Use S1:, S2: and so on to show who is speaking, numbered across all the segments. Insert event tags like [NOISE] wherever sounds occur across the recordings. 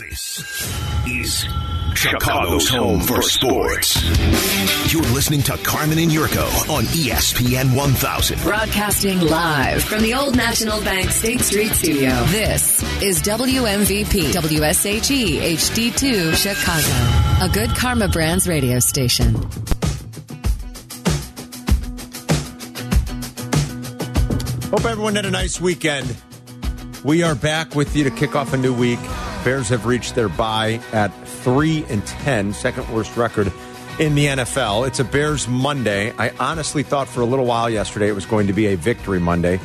S1: This is Chicago's home for sports. You're listening to Carmen and Yurko on E ESPN 1000.
S2: Broadcasting live from the Old National Bank State Street Studio. This is WMVP WSHE HD2 Chicago, a good Karma Brands radio station.
S3: Hope everyone had a nice weekend. We are back with you to kick off a new week. Bears have reached their bye at 3 and 10, second worst record in the NFL. It's a Bears Monday. I honestly thought for a little while yesterday it was going to be a victory Monday,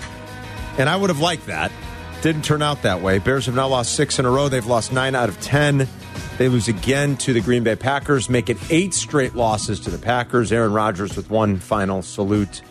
S3: and I would have liked that. Didn't turn out that way. Bears have now lost six in a row. They've lost nine out of 10. They lose again to the Green Bay Packers, make it eight straight losses to the Packers. Aaron Rodgers with one final salute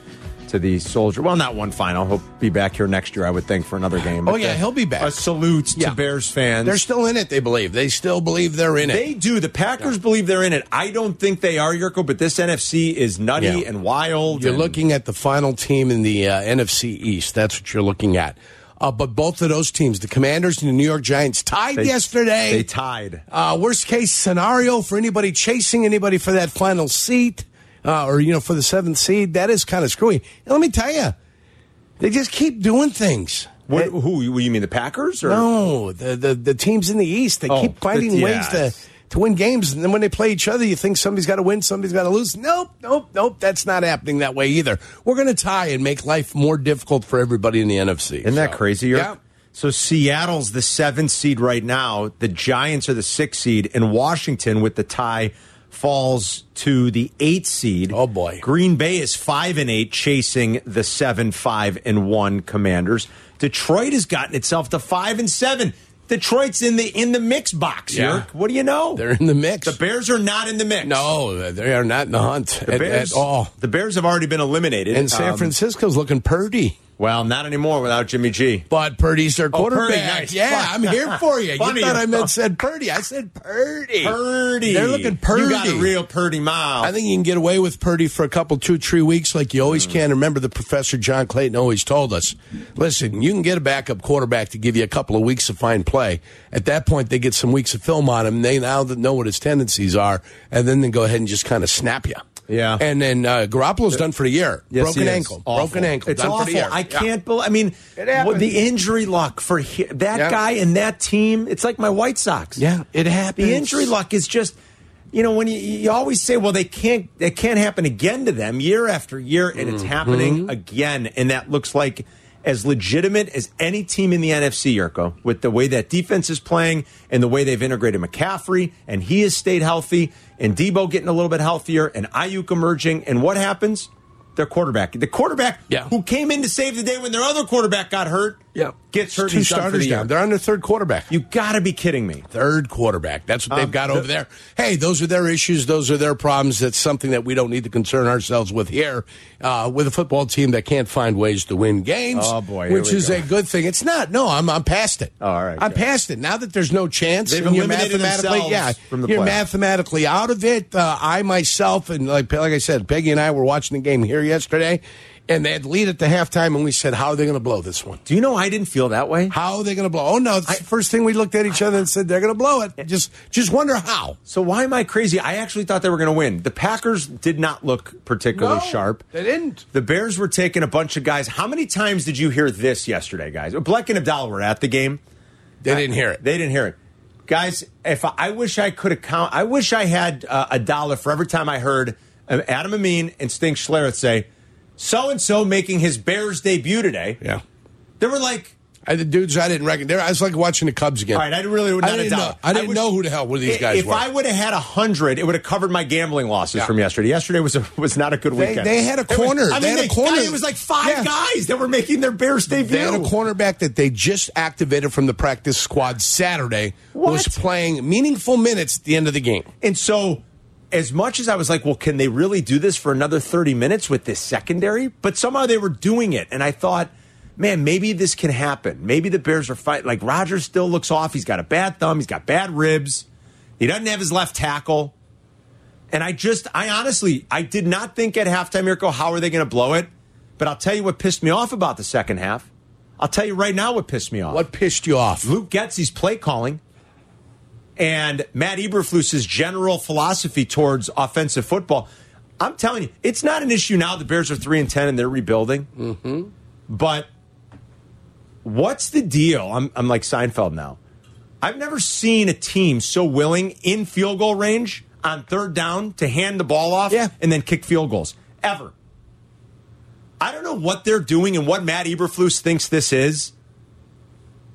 S3: to the Soldier. Well, not one final. He'll be back here next year, I would think, for another game.
S4: Oh,
S3: But,
S4: yeah,
S3: uh,
S4: he'll be back.
S3: A salute
S4: Yeah.
S3: to Bears fans.
S4: They're still in it, they believe. They still believe they're in it.
S3: They do. The Packers believe they're in it. I don't think they are, Yurko, but this NFC is nutty
S4: Yeah.
S3: and wild.
S4: You're
S3: and-
S4: looking at the final team in the uh, NFC East. That's what you're looking at. Uh, but both of those teams, the Commanders and the New York Giants, tied
S3: They-
S4: yesterday.
S3: They tied.
S4: uh, worst case scenario for anybody chasing anybody for that final seat uh, or, you know, for the seventh seed. That is kind of screwy. And let me tell you, they just keep doing things.
S3: What, who? You you mean the Packers? Or?
S4: No, the, the the teams in the East they
S3: Oh,
S4: keep finding
S3: the-
S4: ways to
S3: yes.
S4: to win games, and then when they play each other, you think somebody's got to win, somebody's got to lose. Nope, nope, nope. That's not happening that way either. We're going to tie and make life more difficult for everybody in the NFC.
S3: Isn't that
S4: So,
S3: crazy? Yurko?
S4: Yeah.
S3: So Seattle's the seventh seed right now. The Giants are the sixth seed, and Washington with the tie falls to the eighth seed.
S4: Oh, boy.
S3: Green Bay is five and eight, chasing the seven, five and one Commanders. Detroit has gotten itself to five and seven. Detroit's in the in the mix box.
S4: Yeah.
S3: Yurk. What do you know?
S4: They're in the mix.
S3: the Bears are not in the mix.
S4: no, they are not in the hunt
S3: the
S4: at,
S3: Bears
S4: at all.
S3: The Bears have already been eliminated.
S4: And San
S3: Um,
S4: Francisco's looking purdy.
S3: Well, not anymore without Jimmy G.
S4: But Purdy's their
S3: Oh, Purdy,
S4: quarterback.
S3: nice.
S4: Yeah, I'm
S3: Fun.
S4: here for you. You thought
S3: Funny.
S4: I meant said Purdy. I said Purdy.
S3: Purdy.
S4: They're looking Purdy.
S3: You got a real Purdy mile.
S4: I think you can get away with Purdy for a couple, two, three weeks, like you
S3: Mm.
S4: always can. Remember, the professor John Clayton always told us: listen, you can get a backup quarterback to give you a couple of weeks of fine play. At that point, they get some weeks of film on him. They now that know what his tendencies are, and then they go ahead and just kind of snap you.
S3: Yeah.
S4: And then uh, Garoppolo's done for the year.
S3: Yes,
S4: broken
S3: he is.
S4: ankle.
S3: Awful.
S4: Broken ankle.
S3: It's
S4: done For
S3: awful.
S4: the year.
S3: I
S4: Yeah.
S3: can't believe. I mean,
S4: happens.
S3: what, the injury luck for he, that
S4: Yeah.
S3: guy and that team. It's like my White Sox.
S4: Yeah, it happens.
S3: The injury luck is just. You know, when you, you always say, "Well, they can't, it can't happen again to them year after year," and
S4: Mm-hmm.
S3: it's happening again, and that looks like as legitimate as any team in the NFC, Yurko, with the way that defense is playing and the way they've integrated McCaffrey, and he has stayed healthy, and Debo getting a little bit healthier, and Ayuk emerging, and what happens? Their quarterback, the quarterback
S4: Yeah.
S3: who came in to save the day when their other quarterback got hurt,
S4: Yeah.
S3: gets hurt. and
S4: Two
S3: he's done for
S4: starters
S3: the year.
S4: down. They're on their third quarterback.
S3: You got to be kidding me.
S4: third quarterback. That's what they've
S3: Um,
S4: got
S3: the-
S4: over there. Hey, those are their issues. Those are their problems. That's something that we don't need to concern ourselves with here uh, with a football team that can't find ways to win games.
S3: Oh, boy, here
S4: Which
S3: we
S4: is
S3: go.
S4: a good thing. It's not. No, I'm, I'm past it.
S3: All right,
S4: I'm
S3: good.
S4: past it. Now that there's no chance,
S3: They've
S4: and you're
S3: eliminated
S4: mathematically,
S3: themselves
S4: yeah,
S3: from the
S4: you're
S3: playoffs.
S4: mathematically out of it. Uh, I myself, and like, like I said, Peggy and I were watching the game here yesterday, and they had lead at the halftime, and we said, how are they going to blow this one?
S3: Do you know I didn't feel that way?
S4: How are they going to blow? Oh no! It's the first thing we looked at each other and said they're going to blow it. Just, just wonder how.
S3: So why am I crazy? I actually thought they were going to win. The Packers did not look particularly
S4: No,
S3: sharp.
S4: they didn't.
S3: The Bears were taking a bunch of guys. How many times did you hear this yesterday, guys? Black and Abdallah were at the game.
S4: They didn't hear it.
S3: They didn't hear it. Guys, if I, I wish I could account, I wish I had uh, a dollar for every time I heard uh, Adam Amin and Sting Schlereth say, so and so making his Bears debut today.
S4: yeah,
S3: They were like,
S4: I, the dudes I didn't reckon. There, I was like watching the Cubs again.
S3: All right, I really would not
S4: I
S3: have
S4: didn't
S3: done
S4: know.
S3: it.
S4: I didn't
S3: wish-
S4: know who the hell were these
S3: I-
S4: guys
S3: If
S4: were.
S3: I would have had a hundred, it would have covered my gambling losses
S4: Yeah.
S3: from yesterday. Yesterday was a, [LAUGHS] was not a good
S4: They-
S3: weekend.
S4: they had a
S3: It was-
S4: corner.
S3: I
S4: They
S3: mean,
S4: had a
S3: they-
S4: corner.
S3: It was like five
S4: Yeah.
S3: guys that were making their Bears debut.
S4: they had a cornerback that they just activated from the practice squad Saturday was
S3: What?
S4: playing meaningful minutes at the end of the game.
S3: And so, as much as I was like, well, can they really do this for another 30 minutes with this secondary? But somehow they were doing it. And I thought, man, maybe this can happen. Maybe the Bears are fighting. Like, Rogers still looks off. He's got a bad thumb, he's got bad ribs, he doesn't have his left tackle. And I just, I honestly, I did not think at halftime, Mirko, how are they going to blow it? But I'll tell you what pissed me off about the second half. I'll tell you right now what pissed me off.
S4: What pissed you off?
S3: Luke Getzey's play calling. and Matt Eberflus's general philosophy towards offensive football. I'm telling you, it's not an issue now. The Bears are three and ten, and they're rebuilding. Mm-hmm. But what's the deal? I'm, I'm like Seinfeld now. I've never seen a team so willing in field goal range on third down to hand the ball off
S4: Yeah.
S3: and then kick field goals ever. I don't know what they're doing and what Matt Eberflus thinks this is.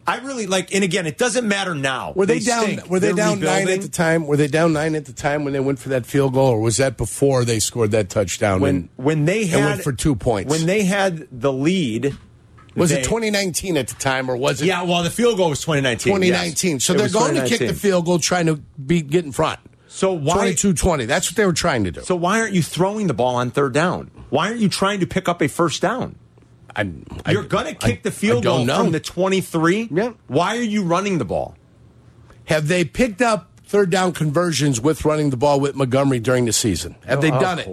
S3: I really like, and again, it doesn't matter now.
S4: Were they, down?
S3: stink.
S4: Were they
S3: They're
S4: down nine
S3: rebuilding.
S4: at the time? Were they down nine at the time when they went for that field goal, or was that before they scored that touchdown?
S3: when
S4: and
S3: when they had
S4: and went for two points?
S3: when they had the lead
S4: was
S3: they-
S4: it 2019 at the time, or was it
S3: yeah well the field goal was 2019 yes.
S4: 2019? So
S3: It
S4: they're
S3: was
S4: going to kick
S3: 2019.
S4: the field goal, trying to be get in front.
S3: so why
S4: 22-20. That's what they were trying to do.
S3: so why aren't you throwing the ball on third down why aren't you trying to pick up a first down
S4: I, I-
S3: you're going to kick
S4: I-
S3: the field
S4: I don't
S3: goal
S4: know.
S3: from the 23
S4: Yeah.
S3: why are you running the ball
S4: Have they picked up third down conversions with running the ball with Montgomery during the season? Have
S3: Oh,
S4: they done it?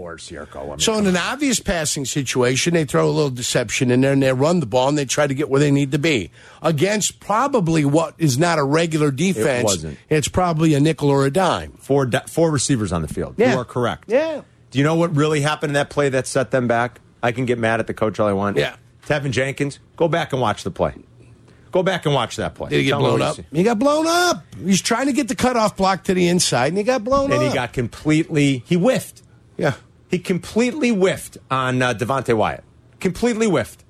S4: So in an obvious passing situation, they throw a little deception in there and they run the ball and they try to get where they need to be against probably what is not a regular defense.
S3: wasn't.
S4: It's probably a nickel or a dime.
S3: four da- four receivers on the field
S4: Yeah.
S3: you are correct
S4: Yeah.
S3: do you know what really happened in that play that set them back i can get mad at the coach all i want
S4: Yeah.
S3: tevin jenkins go back and watch the play go back and watch that play
S4: Did he get
S3: Tell me
S4: blown
S3: what you
S4: up?
S3: see.
S4: He got blown up. He's trying to get the cutoff block to the inside and he got blown
S3: and
S4: up.
S3: he got completely he whiffed.
S4: yeah.
S3: He completely whiffed on uh, Devontae Wyatt. Completely whiffed.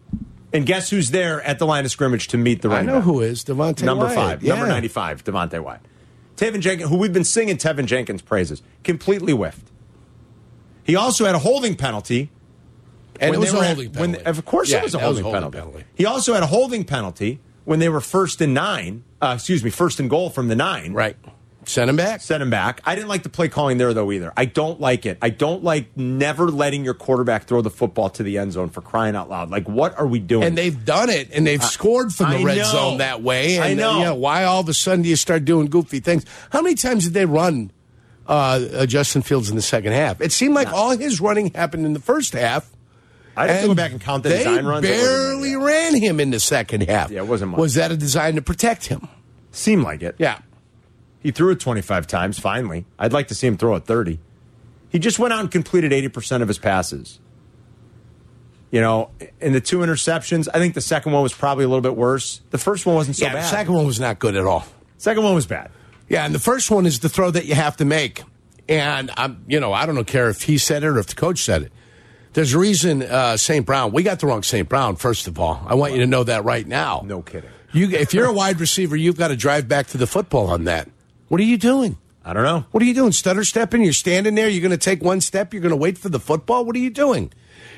S3: And guess who's there at the line of scrimmage to meet the
S4: I
S3: running
S4: know
S3: back?
S4: who is Devontae.
S3: number
S4: Wyatt.
S3: five, number
S4: Yeah.
S3: ninety-five, Devontae Wyatt. Tevin Jenkins, who we've been singing Tevin Jenkins' praises, completely whiffed. He also had a holding penalty.
S4: And
S3: when
S4: it was
S3: they
S4: a
S3: were at-
S4: holding
S3: when-
S4: penalty.
S3: of course,
S4: Yeah,
S3: it was a
S4: that
S3: holding, penalty. He also had a holding penalty when they were first and nine. Uh, excuse me, first and goal from the nine.
S4: Right. Send him back.
S3: sent him back. I didn't like the play calling there though either. I don't like it. I don't like never letting your quarterback throw the football to the end zone for crying out loud. Like what are we doing?
S4: And they've done it, and they've scored from the
S3: I
S4: red
S3: know.
S4: zone that way. And
S3: I know.
S4: uh, yeah, why all of a sudden do you start doing goofy things? How many times did they run uh, uh, Justin Fields in the second half? It seemed like all his running happened in the first half.
S3: I have to go back and count the
S4: they
S3: design runs. It wasn't
S4: barely
S3: many.
S4: ran him in the second half.
S3: Yeah, it wasn't much.
S4: Was that a design to protect him?
S3: Seemed like it.
S4: Yeah.
S3: He threw it 25 times finally. I'd like to see him throw it 30. He just went out and completed 80% of his passes. You know, in the two interceptions, I think the second one was probably a little bit worse. The first one wasn't so
S4: yeah,
S3: bad.
S4: the second one was not good at all.
S3: second one was bad.
S4: Yeah, and the first one is the throw that you have to make. And I'm, you know, I don't care if he said it or if the coach said it. There's a reason uh, St. Brown. We got the wrong St. Brown. First of all, I want you to know that right now.
S3: No kidding.
S4: You, if you're a wide receiver, you've got to drive back to the football on that. What are you doing?
S3: I don't know.
S4: What are you doing? Stutter stepping? You're standing there. You're going to take one step. You're going to wait for the football. What are you doing?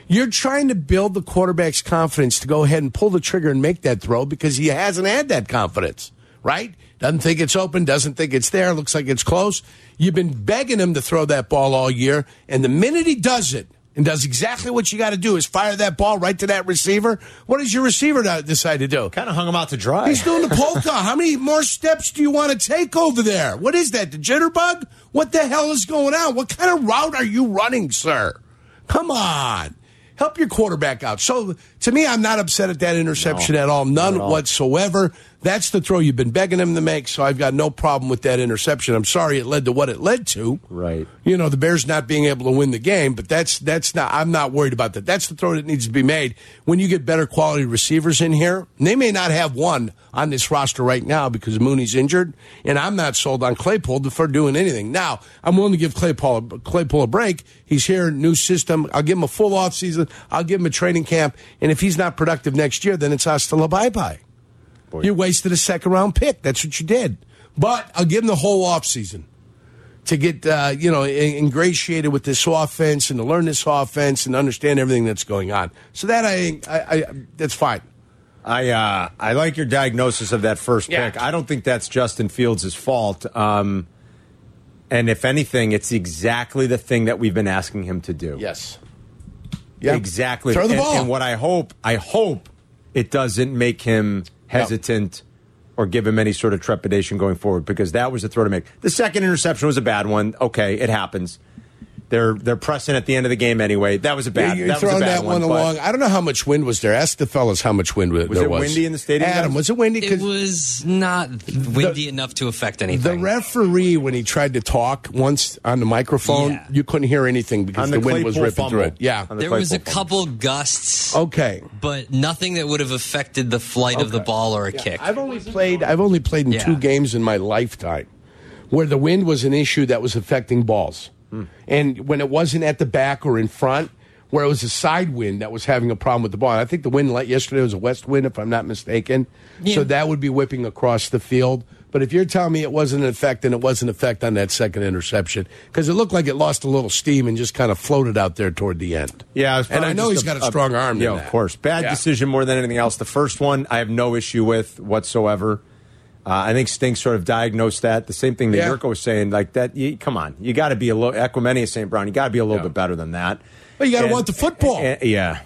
S4: You're trying to build the quarterback's confidence to go ahead and pull the trigger and make that throw because he hasn't had that confidence, right? Doesn't think it's open. Doesn't think it's there. Looks like it's close. You've been begging him to throw that ball all year. And the minute he does it and does exactly what you got to do is fire that ball right to that receiver, what does your receiver decide to do?
S3: Kind of hung him out to dry.
S4: He's doing the polka. How many more steps do you want to take over there? What is that? The jitterbug? What the hell is going on? What kind of route are you running, sir? Come on. Help your quarterback out. So to me, I'm not upset at that interception at all. None whatsoever. That's the throw you've been begging him to make. So I've got no problem with that interception. I'm sorry it led to what it led to.
S3: Right.
S4: You know, the Bears not being able to win the game, but that's that's not I'm not worried about that. That's the throw that needs to be made. When you get better quality receivers in here, and they may not have one on this roster right now because Mooney's injured, and I'm not sold on Claypool for doing anything. Now, I'm willing to give Claypool a, Claypool a break. He's here, new system. I'll give him a full offseason. I'll give him a training camp, and if he's not productive next year, then it's hasta la bye-bye. You wasted a second round pick. That's what you did. But I'll give him the whole offseason to get, uh, you know, in- ingratiated with this offense and to learn this offense and understand everything that's going on. So that I, I, I that's fine.
S3: I uh, I like your diagnosis of that first
S4: Yeah.
S3: pick. I don't think that's Justin Fields' fault. Um, and if anything, it's exactly the thing that we've been asking him to do.
S4: Yes.
S3: exactly.
S4: Throw the
S3: and,
S4: ball.
S3: And what I hope, I hope it doesn't make him hesitant or give him any sort of trepidation going forward because that was a throw to make. The second interception was a bad one. Okay, it happens. They're they're pressing at the end of the game anyway. That was a bad.
S4: You're
S3: that was a
S4: throwing
S3: bad
S4: that one,
S3: but-
S4: along. I don't know how much wind was there. Ask the fellas how much wind was
S3: Was
S4: there
S3: it
S4: was.
S3: windy in the stadium,
S4: Adam,
S3: guys?
S4: was it windy? 'Cause
S5: It was not windy enough to affect
S4: the
S5: anything.
S4: referee, when he tried to talk once on the microphone,
S5: Yeah.
S4: you couldn't hear anything
S3: On
S4: because
S3: the
S4: the, wind was
S3: Claypool
S4: ripping through
S3: fumble.
S4: it. Yeah.
S3: On the
S5: there was a
S3: Claypool fumble.
S5: couple gusts,
S3: Oh.
S4: Okay.
S5: but nothing that would have affected the flight of the ball or a kick.
S4: I've only played. I've only played in
S5: Yeah.
S4: two games in my lifetime where the wind was an issue that was affecting balls,
S5: Hmm.
S4: and when it wasn't at the back or in front, where it was a side wind that was having a problem with the ball. And I think the wind like yesterday was a west wind, if I'm not mistaken. So that would be whipping across the field. But if you're telling me it wasn't an effect, then it was an effect on that second interception because it looked like it lost a little steam and just kind of floated out there toward the end.
S3: Yeah, it was
S4: and I
S3: probably
S4: know
S3: just
S4: he's got a strong arm.
S3: Yeah,
S4: in
S3: of
S4: that.
S3: course. Bad
S4: Yeah.
S3: decision more than anything else. The first one, I have no issue with whatsoever. Uh, I think Stink sort of diagnosed that. The same thing that
S4: Yeah.
S3: Yurko was saying, like that. You, come on, you got to be a little. Equimenia St. Brown, you got to be a little
S4: Yeah.
S3: bit better than that.
S4: Well, you gotta
S3: And-
S4: want the football.
S3: and- yeah,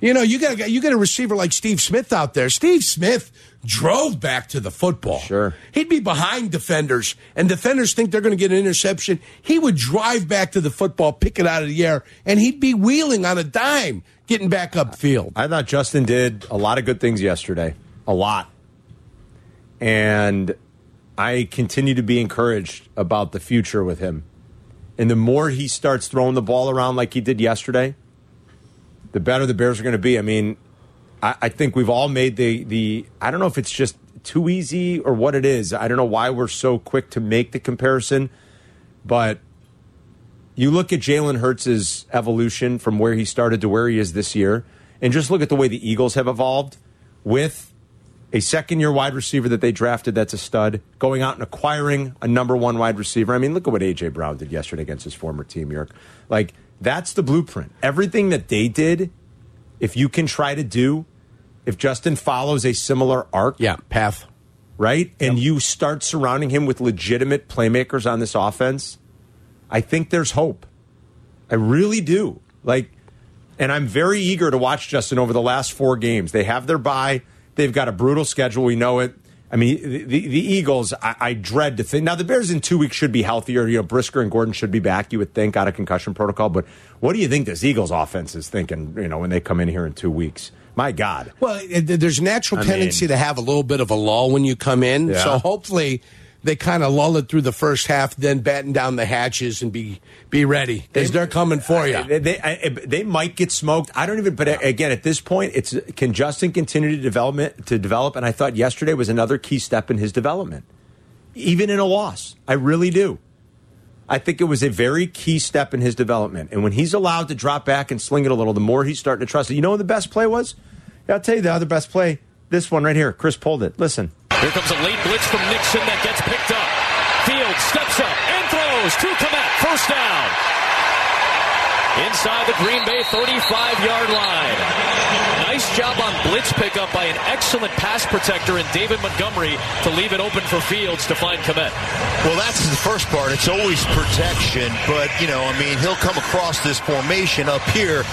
S4: You know, you got a, you got a receiver like Steve Smith out there. Steve Smith drove back to the football.
S3: Sure.
S4: He'd be behind defenders, and defenders think they're going to get an interception. He would drive back to the football, pick it out of the air, and he'd be wheeling on a dime, getting back upfield.
S3: I thought Justin did a lot of good things yesterday, a lot, and I continue to be encouraged about the future with him. And the more he starts throwing the ball around like he did yesterday, the better the Bears are going to be. I mean, I, I think we've all made the the. I don't know if it's just too easy or what it is. I don't know why we're so quick to make the comparison, but you look at Jalen Hurts' evolution from where he started to where he is this year, and just look at the way the Eagles have evolved with a second year wide receiver that they drafted that's a stud, going out and acquiring a number one wide receiver. I mean, look at what A.J. Brown did yesterday against his former team, York. Like, that's the blueprint. Everything that they did, if you can try to do, if Justin follows a similar arc,
S4: path.
S3: right? And you start surrounding him with legitimate playmakers on this offense, I think there's hope. I really do. Like, and I'm very eager to watch Justin over the last four games. They have their bye. They've got a brutal schedule. We know it. I mean, the, the, the Eagles, I, I dread to think. Now, the Bears in two weeks should be healthier. You know, Brisker and Gordon should be back, you would think, out of concussion protocol. But what do you think this Eagles offense is thinking, you know, when they come in here in two weeks? My God.
S4: Well, it- there's a natural
S3: I
S4: tendency
S3: mean-
S4: to have a little bit of a lull when you come in.
S3: Yeah.
S4: So hopefully they kind of lull it through the first half, then batten down the hatches and be be ready because they're coming for you.
S3: They, they, I- they might get smoked. I don't even. But again, at this point, it's can Justin continue to development to develop? And I thought yesterday was another key step in his development, even in a loss. I really do. I think it was a very key step in his development. And when he's allowed to drop back and sling it a little, the more he's starting to trust it. You know what the best play was? Yeah, I'll tell you the other best play. This one right here. Chris pulled it. Listen.
S6: Here comes a late blitz from Nixon that gets picked up. Fields steps up and throws to Komet. First down. Inside the Green Bay 35-yard line. Nice job on blitz pickup by an excellent pass protector in David Montgomery to leave it open for Fields to find Komet.
S7: Well, that's the first part. It's always protection, but you know, I mean, he'll come across this formation up here,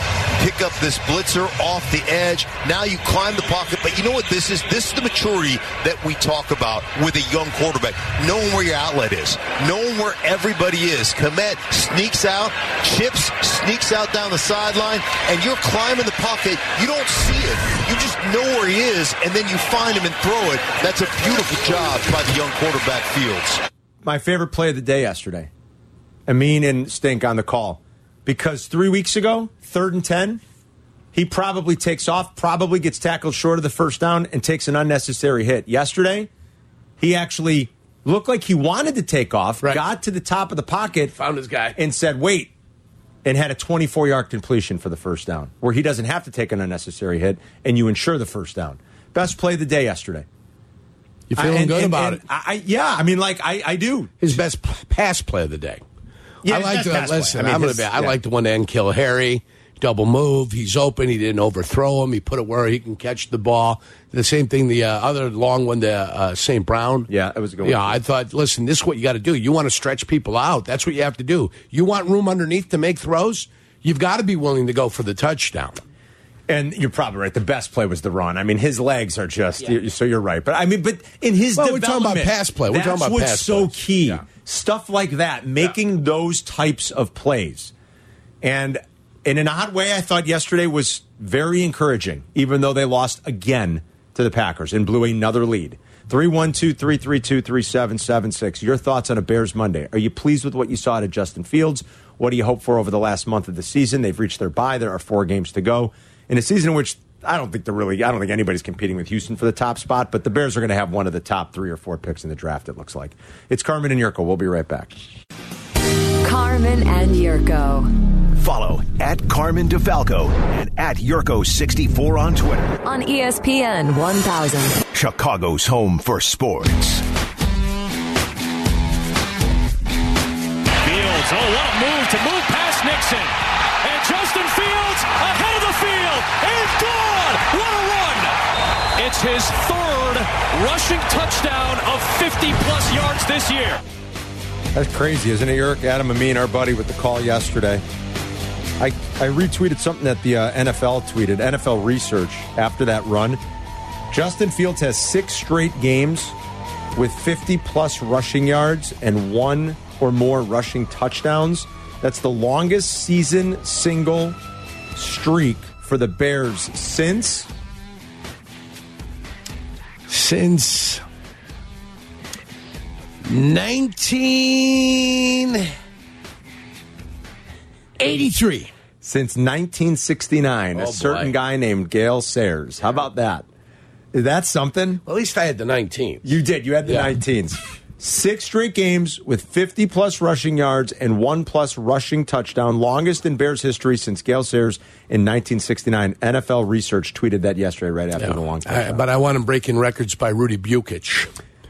S7: pick up this blitzer off the edge. Now you climb the pocket, but you know what this is? This is the maturity that we talk about with a young quarterback. Knowing where your outlet is, knowing where everybody is. Komet sneaks out, chips, sneaks out down the sideline, and you're climbing the pocket. You don't see it. You just know where he is, and then you find him and throw it. That's a beautiful job by the young quarterback Fields.
S3: my favorite play of the day yesterday. Amin and Stink on the call. Because three weeks ago, third and 10, he probably takes off, probably gets tackled short of the first down, and takes an unnecessary hit. Yesterday, he actually looked like he wanted to take off,
S4: Right.
S3: got to the top of the pocket,
S4: Found his guy.
S3: and said, wait, and had a 24 yard completion for the first down, where he doesn't have to take an unnecessary hit, and you ensure the first down. Best play of the day yesterday.
S4: You feeling
S3: I- and-
S4: good
S3: and-
S4: about
S3: and
S4: it?
S3: I, I, yeah, I mean, like, I, I do.
S4: his best p- pass play of the day.
S3: Yeah,
S4: I
S3: his
S4: like
S3: best
S4: the
S3: pass play.
S4: listen.
S3: I mean,
S4: I am gonna
S3: his-
S4: be, I
S3: yeah.
S4: like the one to end kill Harry. Double move. He's open. He didn't overthrow him. He put it where he can catch the ball. The same thing. The uh, other long one, the uh, St. Brown.
S3: Yeah, that was a good one,
S4: Yeah,
S3: too.
S4: I thought. Listen, this is what you got to do. You want to stretch people out. That's what you have to do. You want room underneath to make throws. You've got to be willing to go for the touchdown.
S3: And you're probably right. The best play was the run. I mean, his legs are just. you- so you're right. But I mean, but in his
S4: Well, we're
S3: development,
S4: talking about pass play. We're
S3: that's
S4: talking about
S3: what's
S4: pass
S3: so
S4: plays.
S3: key.
S4: Yeah.
S3: Stuff like that, making those types of plays, and in an odd way, I thought yesterday was very encouraging, even though they lost again to the Packers and blew another lead. 312-332-3776. Your thoughts on a Bears Monday. Are you pleased with what you saw out of Justin Fields? What do you hope for over the last month of the season? They've reached their bye. There are four games to go. In a season in which I don't think they're really I don't think anybody's competing with Houston for the top spot, but the Bears are going to have one of the top three or four picks in the draft, it looks like. It's Carmen and Yurko. We'll be right back.
S2: Carmen and Yurko
S7: Follow at Carmen DeFalco and at Yurko64 on Twitter.
S2: on E ESPN 1000.
S7: Chicago's home for sports.
S6: Fields, oh, what a move to move past Nixon. And Justin Fields ahead of the field and gone. What a run. It's his third rushing touchdown of 50 plus yards this year.
S3: That's crazy, isn't it, Eric? Adam Amin, our buddy, with the call yesterday. I, I retweeted something that the uh, NFL tweeted, NFL research, after that run. Justin Fields has six straight games with 50 plus rushing yards and one or more rushing touchdowns. That's the longest season single streak for the Bears since
S4: Since 1983.
S3: since 1969.
S4: Oh,
S3: a certain
S4: boy.
S3: guy named Gail Sayers. How about that? Is that something?
S4: At least I had the 19.
S3: You did. You had the
S4: Yeah.
S3: 19s. Six straight games with 50 plus rushing yards and one plus rushing touchdown, longest in Bears history since Gail Sayers in 1969. NFL Research tweeted that yesterday, right after the long
S4: I-
S3: touchdown.
S4: but I want him breaking records by Rudy Bukic.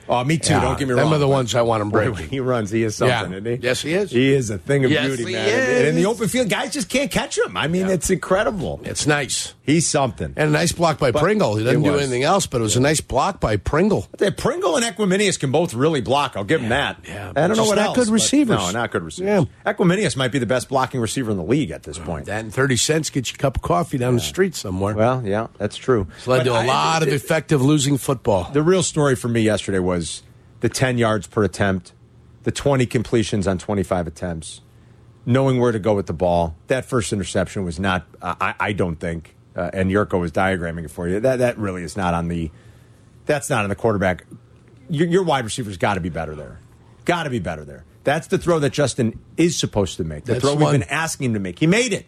S3: oh, me too.
S4: Yeah.
S3: Don't get me
S4: Them
S3: wrong.
S4: are the ones I want him
S3: Boy,
S4: breaking.
S3: when he runs, he is something,
S4: Yeah.
S3: isn't he?
S4: Yes, he is.
S3: He is a thing of
S4: Yes,
S3: beauty,
S4: he
S3: man. And in the
S4: is.
S3: open field, guys just can't catch him. I mean, it's incredible.
S4: It's nice.
S3: He's something.
S4: And a nice block by
S3: But
S4: Pringle. He
S3: it
S4: doesn't do
S3: was.
S4: anything else, but it was a nice block by Pringle.
S3: Yeah, Pringle and Equiminius can both really block. I'll give them that.
S4: yeah,
S3: I don't know
S4: just
S3: what
S4: not
S3: else.
S4: good
S3: but-
S4: receivers.
S3: No, not good receivers. Equiminius might be the best blocking receiver in the league at this point.
S4: That and 30 cents gets you a cup of coffee down the street somewhere.
S3: well, yeah, that's true.
S4: it's led
S3: But
S4: to a
S3: I-
S4: lot of effective losing football.
S3: The real story for me yesterday was the 10 yards per attempt, the 20 completions on 25 attempts, knowing where to go with the ball. That first interception was not, I, I- I don't think, uh, and Yurko was diagramming it for you. That, that really is not on the, that's not on the quarterback. Your, your wide receiver's got to be better there. Got to be better there. That's the throw that Justin is supposed to make. The
S4: That's
S3: throw
S4: one.
S3: we've been asking him to make. He made it.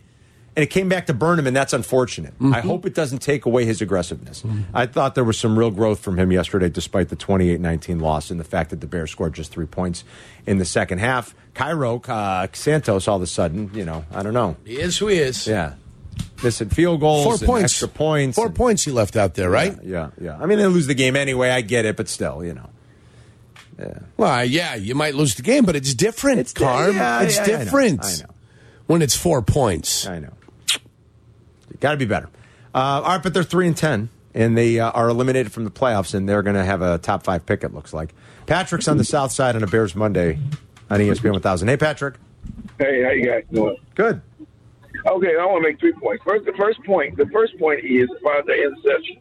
S3: And it came back to burn him, and that's unfortunate. I
S4: Mm-hmm.
S3: hope it doesn't take away his aggressiveness. I thought there was some real growth from him yesterday, despite the 28 19 loss and the fact that the Bears scored just three points in the second half. Cairo uh, Santos, all of a sudden, you know, I don't know.
S4: He is who he is.
S3: Yeah. Missing field goals,
S4: Four
S3: and
S4: points.
S3: extra points.
S4: Four
S3: and-
S4: points he left out there, right?
S3: Yeah, yeah. I mean, they lose the game anyway. I get it, but still, you know.
S4: Well, yeah, you might lose the game, but it's different,
S3: It's di-
S4: Carm.
S3: yeah,
S4: it's
S3: yeah, I know.
S4: different.
S3: I know.
S4: When it's four points.
S3: I know. Got to be better. Uh, all right, but they're three and ten, and they uh, are eliminated from the playoffs, and they're going to have a top five pick. It looks like Patrick's on the south side on a Bears Monday on E ESPN 1000. Hey, Patrick.
S8: Hey, how you guys doing?
S3: Good.
S8: Okay, I want to make three points. First, the first point, the first point is about the interception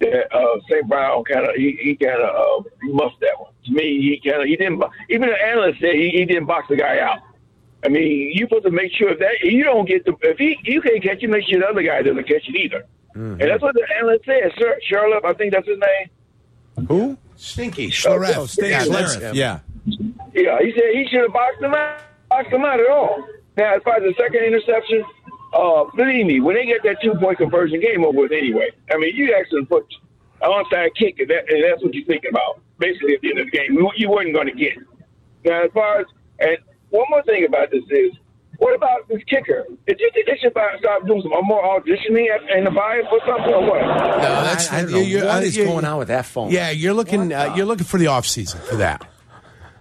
S8: that uh, St. Brown kind of he, he kind of uh, he muffed that one. To me, he kind of he didn't. bo- Even the analyst said he, he didn't box the guy out. I mean, you supposed to make sure that you don't get the if he you can't catch it, make sure the other guy doesn't catch it either. And that's what the analyst said. Sir Sherlock, I think that's his name.
S3: Who?
S4: Stinky.
S8: Oh,
S4: Schlereth.
S8: Stinky
S4: Yeah, that's
S8: Schlereth,
S4: him.
S3: Yeah.
S8: Yeah, he said he should have boxed him out, boxed him out at all. Now, as far as the second interception, uh, believe me, when they get that two point conversion, game over with anyway. I mean, you actually put an onside kick, and, that, and that's what you're thinking about, basically, at the end of the game. You, you weren't going to get it. Now, as far as, and one more thing about this is, what about this kicker? Did you think they should buy- start doing some uh, more auditioning at, in the buy for something or what?
S4: No, that's
S3: I- I don't
S4: you-
S3: know.
S4: you-
S3: What
S4: uh,
S3: is
S4: you-
S3: going on with that phone?
S4: Yeah, you're looking. Uh, you're looking for the off season for that.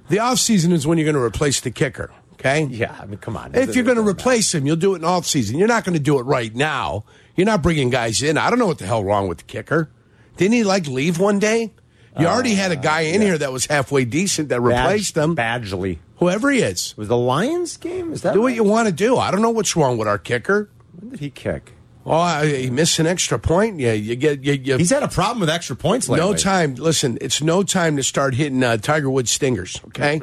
S4: The off season is when you're going to replace the kicker. Okay.
S3: Yeah. I mean, come on.
S4: If you're going to replace him, you'll do it in off season. You're not going to do it right now. You're not bringing guys in. I don't know what the hell wrong with the kicker. Didn't he like leave one day? You already had a guy in
S3: Uh,
S4: here that was halfway decent that replaced him.
S3: Badgley.
S4: Whoever he is,
S3: Was the Lions game? Is that
S4: do what
S3: right?
S4: you want to do. I don't know what's wrong with our kicker.
S3: When did he kick?
S4: Oh, I- he missed an extra point. Yeah, you get you, you
S3: He's had a problem with extra points lately.
S4: no time. Listen, it's no time to start hitting uh, Tiger Woods stingers. Okay,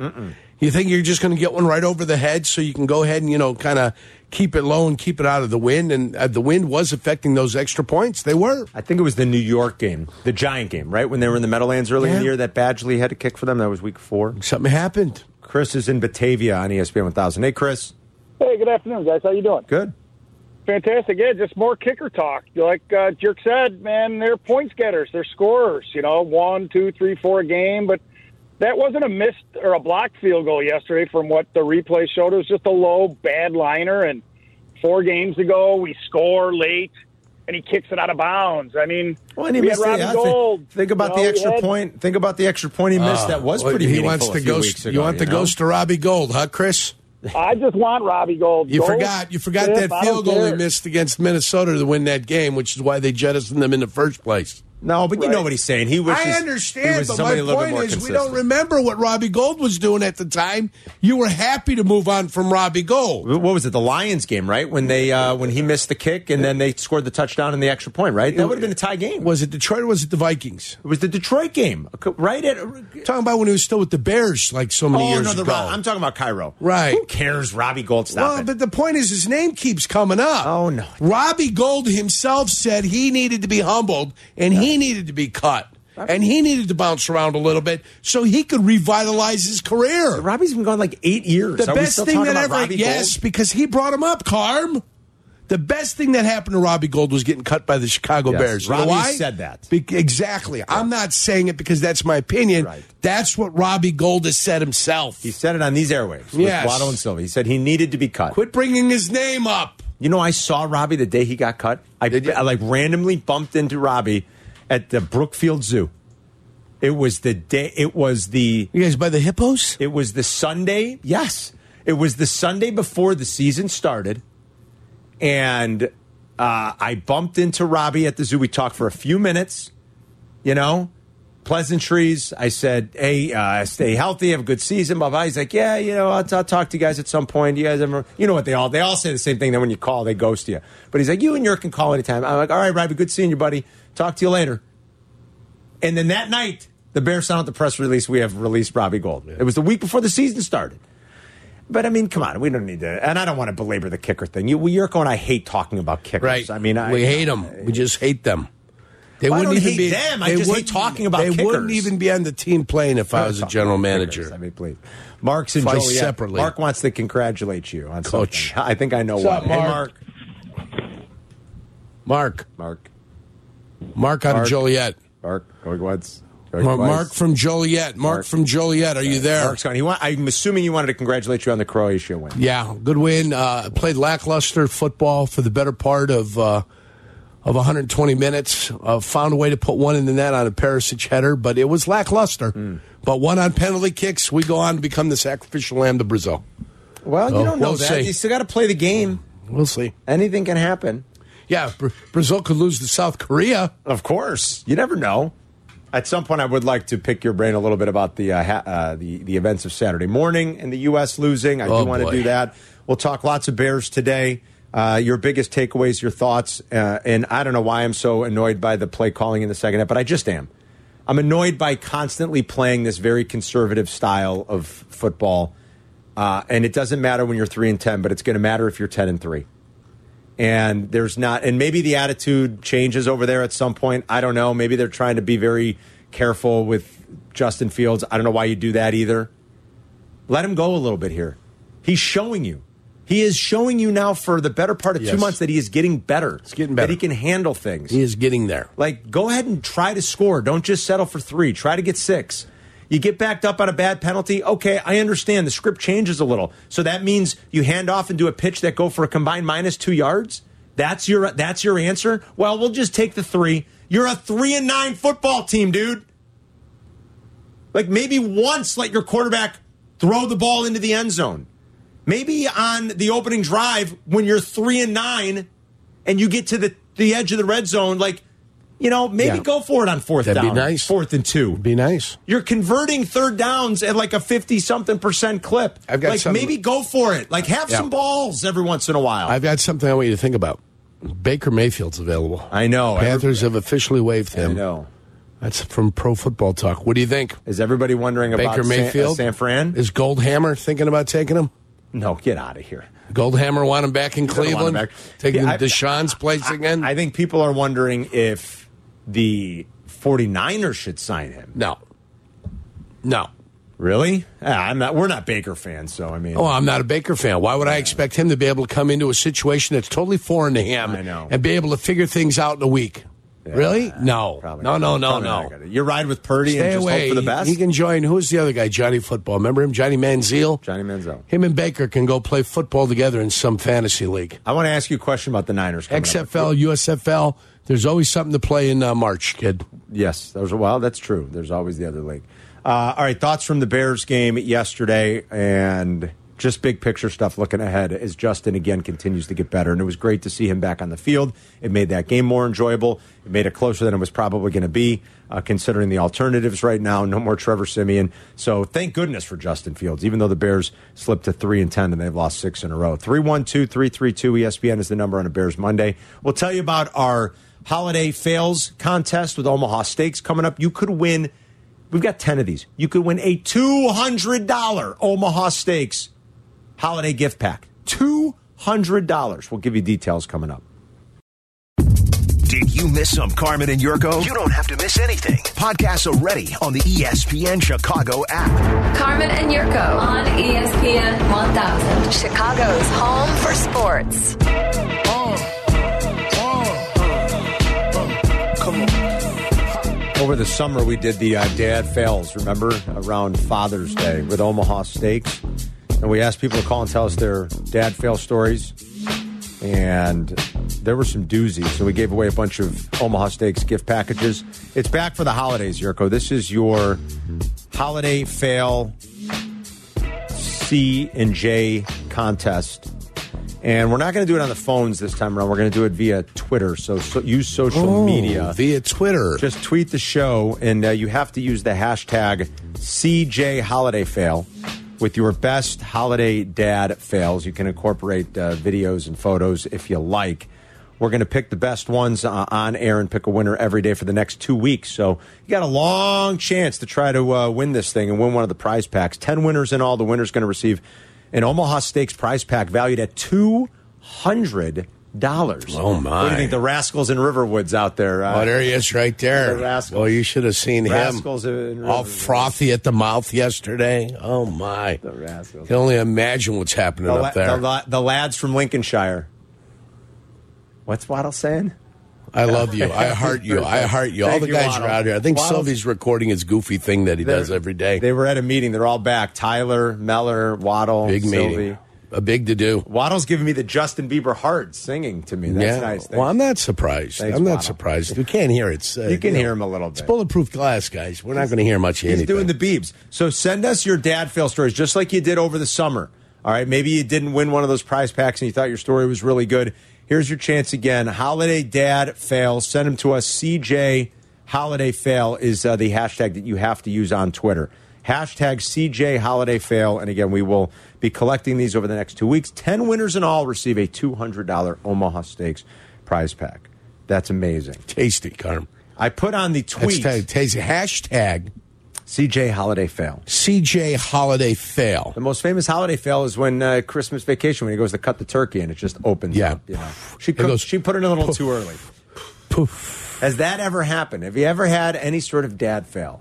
S4: you think you're just going to get one right over the head, so you can go ahead and you know kind of keep it low and keep it out of the wind. And uh, the wind was affecting those extra points. They were.
S3: I think it was the New York game, the Giant game, right? When they were in the Meadowlands early in
S4: Yeah.
S3: the year, that Badgley had to kick for them. That was week four.
S4: Something happened.
S3: Chris is in Batavia on E ESPN 1000. Hey, Chris.
S9: Hey, good afternoon, guys. How you doing?
S3: Good.
S9: Fantastic. Yeah, just more kicker talk. Like uh, Jerk said, man, they're points getters. They're scorers. You know, one, two, three, four a game. But that wasn't a missed or a blocked field goal yesterday from what the replay showed. It was just a low, bad liner. And four games ago, we score late, and he kicks it out of bounds. I mean,
S3: Well, and he
S9: we had
S3: missed the-
S9: Robbie
S3: I think-
S9: Gold.
S3: Think about
S9: You know,
S3: the
S9: we
S3: extra
S9: had-
S3: point. Think about the extra point he missed. that was pretty.
S4: He
S3: meaningful
S4: wants
S3: a
S4: the
S3: few weeks
S4: ghost.
S3: ago,
S4: you want the
S3: know?
S4: ghost to Robbie Gold, huh, Chris?
S9: I just want Robbie Gold.
S4: You
S9: Gold,
S4: forgot. You forgot
S9: Smith, I
S4: that
S9: don't
S4: field goal he
S9: care.
S4: missed against Minnesota to win that game, which is why they jettisoned them in the first place.
S3: No, but you know
S9: Right.
S3: what he's saying. He wishes.
S4: I
S3: he
S4: understand,
S3: was
S4: but my
S3: somebody a little bit
S4: point
S3: more
S4: is, we don't
S3: consistent.
S4: remember what Robbie Gold was doing at the time. You were happy to move on from Robbie Gold.
S3: What was it? The Lions game, right? When they uh, when he missed the kick and then they scored the touchdown and the extra point, right? That would have been a tie game.
S4: Was it Detroit or was it the Vikings?
S3: It was the Detroit game, right? At
S4: Talking about when he was still with the Bears, like so many
S3: oh
S4: years
S3: no, the
S4: ago.
S3: Ro- I'm talking about Cairo.
S4: Right.
S3: Who cares? Robbie Gold. Stop
S4: well,
S3: it.
S4: but the point is, his name keeps coming up.
S3: Oh, no.
S4: Robbie Gold himself said he needed to be humbled and he needed to be cut and he needed to bounce around a little bit so he could revitalize his career.
S3: Robbie's been gone like eight years.
S4: The
S3: Are we
S4: best
S3: still
S4: thing
S3: talking
S4: that
S3: about
S4: ever,
S3: Robbie
S4: yes,
S3: Gold?
S4: because he brought him up, Carm. The best thing that happened to Robbie Gold was getting cut by the Chicago
S3: Yes,
S4: Bears. You know
S3: Robbie
S4: why?
S3: said that.
S4: Be- exactly. I'm not saying it because that's my opinion.
S3: Right.
S4: That's what Robbie Gold has said himself.
S3: He said it on these airwaves with
S4: Yes.
S3: Waddle and Silva. He said he needed to be cut.
S4: Quit bringing his name up.
S3: You know, I saw Robbie the day he got cut. I, I like randomly bumped into Robbie at the Brookfield Zoo. It was the day. It was the
S4: You guys by the hippos?
S3: It was the Sunday. Yes. It was the Sunday before the season started. And uh, I bumped into Robbie at the zoo. We talked for a few minutes, you know, pleasantries. I said, hey, uh, stay healthy, have a good season, blah, blah. He's like, yeah, you know, I'll, I'll talk to you guys at some point. You guys ever, you know what they all, they all say the same thing. Then when you call, they ghost you. But he's like, you and your can call anytime. I'm like, all right, Robbie, good seeing you, buddy. Talk to you later. And then that night, the Bears sent out the press release. We have released Robbie Gold. It was the week before the season started. But I mean, come on, we don't need to. And I don't want to belabor the kicker thing. You, Yurko and I hate talking about kickers. I mean, I,
S4: we hate them. We just hate them. They
S3: Well, I
S4: wouldn't
S3: don't
S4: even
S3: hate
S4: be
S3: them. I
S4: they
S3: just hate
S4: wouldn't-
S3: talking about
S4: They wouldn't
S3: kickers.
S4: even be on the team playing if
S3: [LAUGHS]
S4: I was a
S3: Talking
S4: general
S3: about
S4: manager.
S3: kickers, I mean, please. Mark's in
S4: Fly
S3: Joliet.
S4: separately.
S3: Mark wants to congratulate you on
S4: Coach.
S3: something. I think I know
S4: What's
S3: why.
S4: up,
S3: Hey,
S4: Mark? Mark,
S3: Mark.
S4: Mark out of
S3: Mark.
S4: Joliet.
S3: Mark. Mark. Going once. Going
S4: Mark,
S3: twice.
S4: Mark from Joliet. Mark,
S3: Mark.
S4: from Joliet. Are you there?
S3: Mark's gone. He want, I'm assuming you wanted to congratulate you on the Croatia win.
S4: Yeah, good win. Uh, played lackluster football for the better part of uh, of 120 minutes. Uh, found a way to put one in the net on a Perisic header, but it was lackluster.
S3: Hmm.
S4: But one on penalty kicks, we go on to become the sacrificial lamb to Brazil.
S3: Well,
S4: Oh,
S3: you don't know
S4: we'll
S3: that.
S4: see.
S3: You still got to play the game.
S4: We'll see.
S3: Anything can happen.
S4: Yeah, Br- Brazil could lose to South Korea.
S3: Of course, you never know. At some point, I would like to pick your brain a little bit about the uh, ha- uh, the the events of Saturday morning and the U.S. losing. I
S4: Oh,
S3: do want to
S4: boy.
S3: do that. We'll talk lots of Bears today. Uh, your biggest takeaways, your thoughts, uh, and I don't know why I'm so annoyed by the play calling in the second half, but I just am. I'm annoyed by constantly playing this very conservative style of football, uh, and it doesn't matter when you're three and ten, but it's going to matter if you're ten and three and there's not and maybe the attitude changes over there at some point i don't know maybe they're trying to be very careful with justin fields i don't know why you do that either let him go a little bit here he's showing you he is showing you now for the better part of two
S4: Yes.
S3: months that he is getting better it's
S4: getting
S3: that
S4: better.
S3: he can handle things
S4: He is getting there.
S3: like, go ahead and try to score. Don't just settle for three. Try to get six. You get backed up on a bad penalty. Okay, I understand. The script changes a little. So that means you hand off and do a pitch that go for a combined minus two yards. That's your that's your answer. Well, we'll just take the three. You're a three and nine football team, dude. Like maybe once let your quarterback throw the ball into the end zone. Maybe on the opening drive when you're three and nine and you get to the, the edge of the red zone, like, you know, maybe
S4: Yeah.
S3: go for it on 4th
S4: That'd be
S3: down.
S4: nice.
S3: Fourth and two.
S4: Be nice.
S3: You're converting third downs at like a fifty something percent clip.
S4: I've got
S3: like
S4: some-
S3: maybe go for it. Like have
S4: Yeah.
S3: some balls every once in a while.
S4: I've got something I want you to think about. Baker Mayfield's available.
S3: I know.
S4: Panthers have officially waived
S3: I
S4: him.
S3: know.
S4: That's from Pro Football Talk. What do you think?
S3: Is everybody wondering about
S4: Baker
S3: San- uh,
S4: Mayfield?
S3: San, Fran?
S4: Is Goldhammer thinking about taking him?
S3: no, get out of here.
S4: Goldhammer want him back in
S3: don't want him
S4: Cleveland?
S3: back.
S4: Taking
S3: Yeah, I-
S4: Deshaun's place again?
S3: I think people are wondering if the 49ers should sign him.
S4: no. No.
S3: Really? Yeah, I'm not. We're not Baker fans, so I mean,
S4: Oh, I'm not a Baker fan. Why would I expect him to be able to come into a situation that's totally foreign to him
S3: I know.
S4: and be able to figure things out in a week? really? No.
S3: probably
S4: No,
S3: not.
S4: no, no,
S3: Probably not
S4: no.
S3: gonna- You ride with Purdy
S4: Stay
S3: and just
S4: away.
S3: hope for the best.
S4: He can join. Who's the other guy? Johnny Football. Remember him? Johnny Manziel?
S3: Johnny Manziel.
S4: Him and Baker can go play football together in some fantasy league.
S3: I want to ask you a question about the Niners. coming up.
S4: XFL, USFL. There's always something to play in uh, March, kid.
S3: Yes, there's well, that's true. There's always the other league. Uh, all right, thoughts from the Bears game yesterday and just big picture stuff looking ahead as Justin again continues to get better. And it was great to see him back on the field. It made that game more enjoyable. It made it closer than it was probably going to be, uh, considering the alternatives right now. No more Trevor Simeon. So thank goodness for Justin Fields, even though the Bears slipped to 3 and 10 and they've lost six in a row. 312 332 ESPN is the number on a Bears Monday. We'll tell you about our holiday fails contest with Omaha Steaks coming up. You could win. We've got 10 of these. You could win a $200 Omaha Steaks holiday gift pack. $200. We'll give you details coming up.
S1: Did you miss some Carmen and Yurko? You don't have to miss anything. Podcasts are ready on the E ESPN Chicago app.
S2: Carmen and Yurko on E ESPN 1000, Chicago's home for sports.
S3: Over the summer, we did the uh, Dad Fails, remember? Around Father's Day with Omaha Steaks. And we asked people to call and tell us their dad fail stories. And there were some doozies. So we gave away a bunch of Omaha Steaks gift packages. It's back for the holidays, Yurko. This is your holiday fail C and J contest. And we're not going to do it on the phones this time around. We're going to do it via Twitter. So, so use social media
S4: Via Twitter.
S3: just tweet the show and uh, you have to use the hashtag CJ Holiday Fail with your best holiday dad fails. You can incorporate uh, videos and photos if you like. We're going to pick the best ones uh, on air and pick a winner every day for the next two weeks. So you got a long chance to try to uh, win this thing and win one of the prize packs. 10 winners in all. The winner's going to receive an Omaha Steaks prize pack valued at $200.
S4: Oh, my.
S3: What do you think? The rascals in Riverwoods out there. Uh,
S4: Oh, there he is right there.
S3: The Rascals.
S4: Well, you should have seen
S3: Rascals in
S4: him. All
S3: Riverwood.
S4: frothy at the mouth yesterday. Oh, my. The
S3: Rascals.
S4: can only imagine what's happening
S3: Oh, the, la-
S4: up there.
S3: the la- the lads from Lincolnshire. What's Waddle saying?
S4: I love you. I heart
S3: [LAUGHS]
S4: you. I heart you. All
S3: Thank
S4: the
S3: you,
S4: guys
S3: Waddle.
S4: are out here. I think
S3: Waddle's-
S4: Sylvie's recording his goofy thing that he does every day.
S3: They were at a meeting. They're all back. Tyler, Meller, Waddle,
S4: Big
S3: Sylvie.
S4: meeting. A big to do.
S3: Waddle's giving me the Justin Bieber heart singing to me. That's nice.
S4: Well, I'm
S3: Thanks.
S4: not surprised.
S3: Thanks,
S4: I'm not
S3: Waddle.
S4: surprised. You can't hear it. It's, uh,
S3: You can
S4: know,
S3: hear him a little
S4: It's
S3: bit.
S4: bulletproof glass, guys. We're not going to hear much of
S3: He's
S4: anything.
S3: doing the beebs. So send us your dad fail stories, just like you did over the summer. All right, maybe you didn't win one of those prize packs and you thought your story was really good. Here's your chance again. Holiday dad fail. Send them to us. CJ holiday fail is uh, the hashtag that you have to use on Twitter. Hashtag CJ holiday fail. And again, we will be collecting these over the next two weeks. 10 winners in all receive a $200 Omaha Steaks prize pack. That's amazing.
S4: tasty, Carm.
S3: I put on the
S4: That's
S3: tweet
S4: ta- tasty. Hashtag
S3: CJ holiday fail.
S4: CJ Holiday fail.
S3: The most famous holiday fail is when uh, Christmas vacation when he goes to cut the turkey and it just opens
S4: Yeah.
S3: up. You know? She
S4: It
S3: cooked,
S4: goes
S3: she put it in a little
S4: poof.
S3: too early.
S4: Poof.
S3: Has that ever happened? Have you ever had any sort of dad fail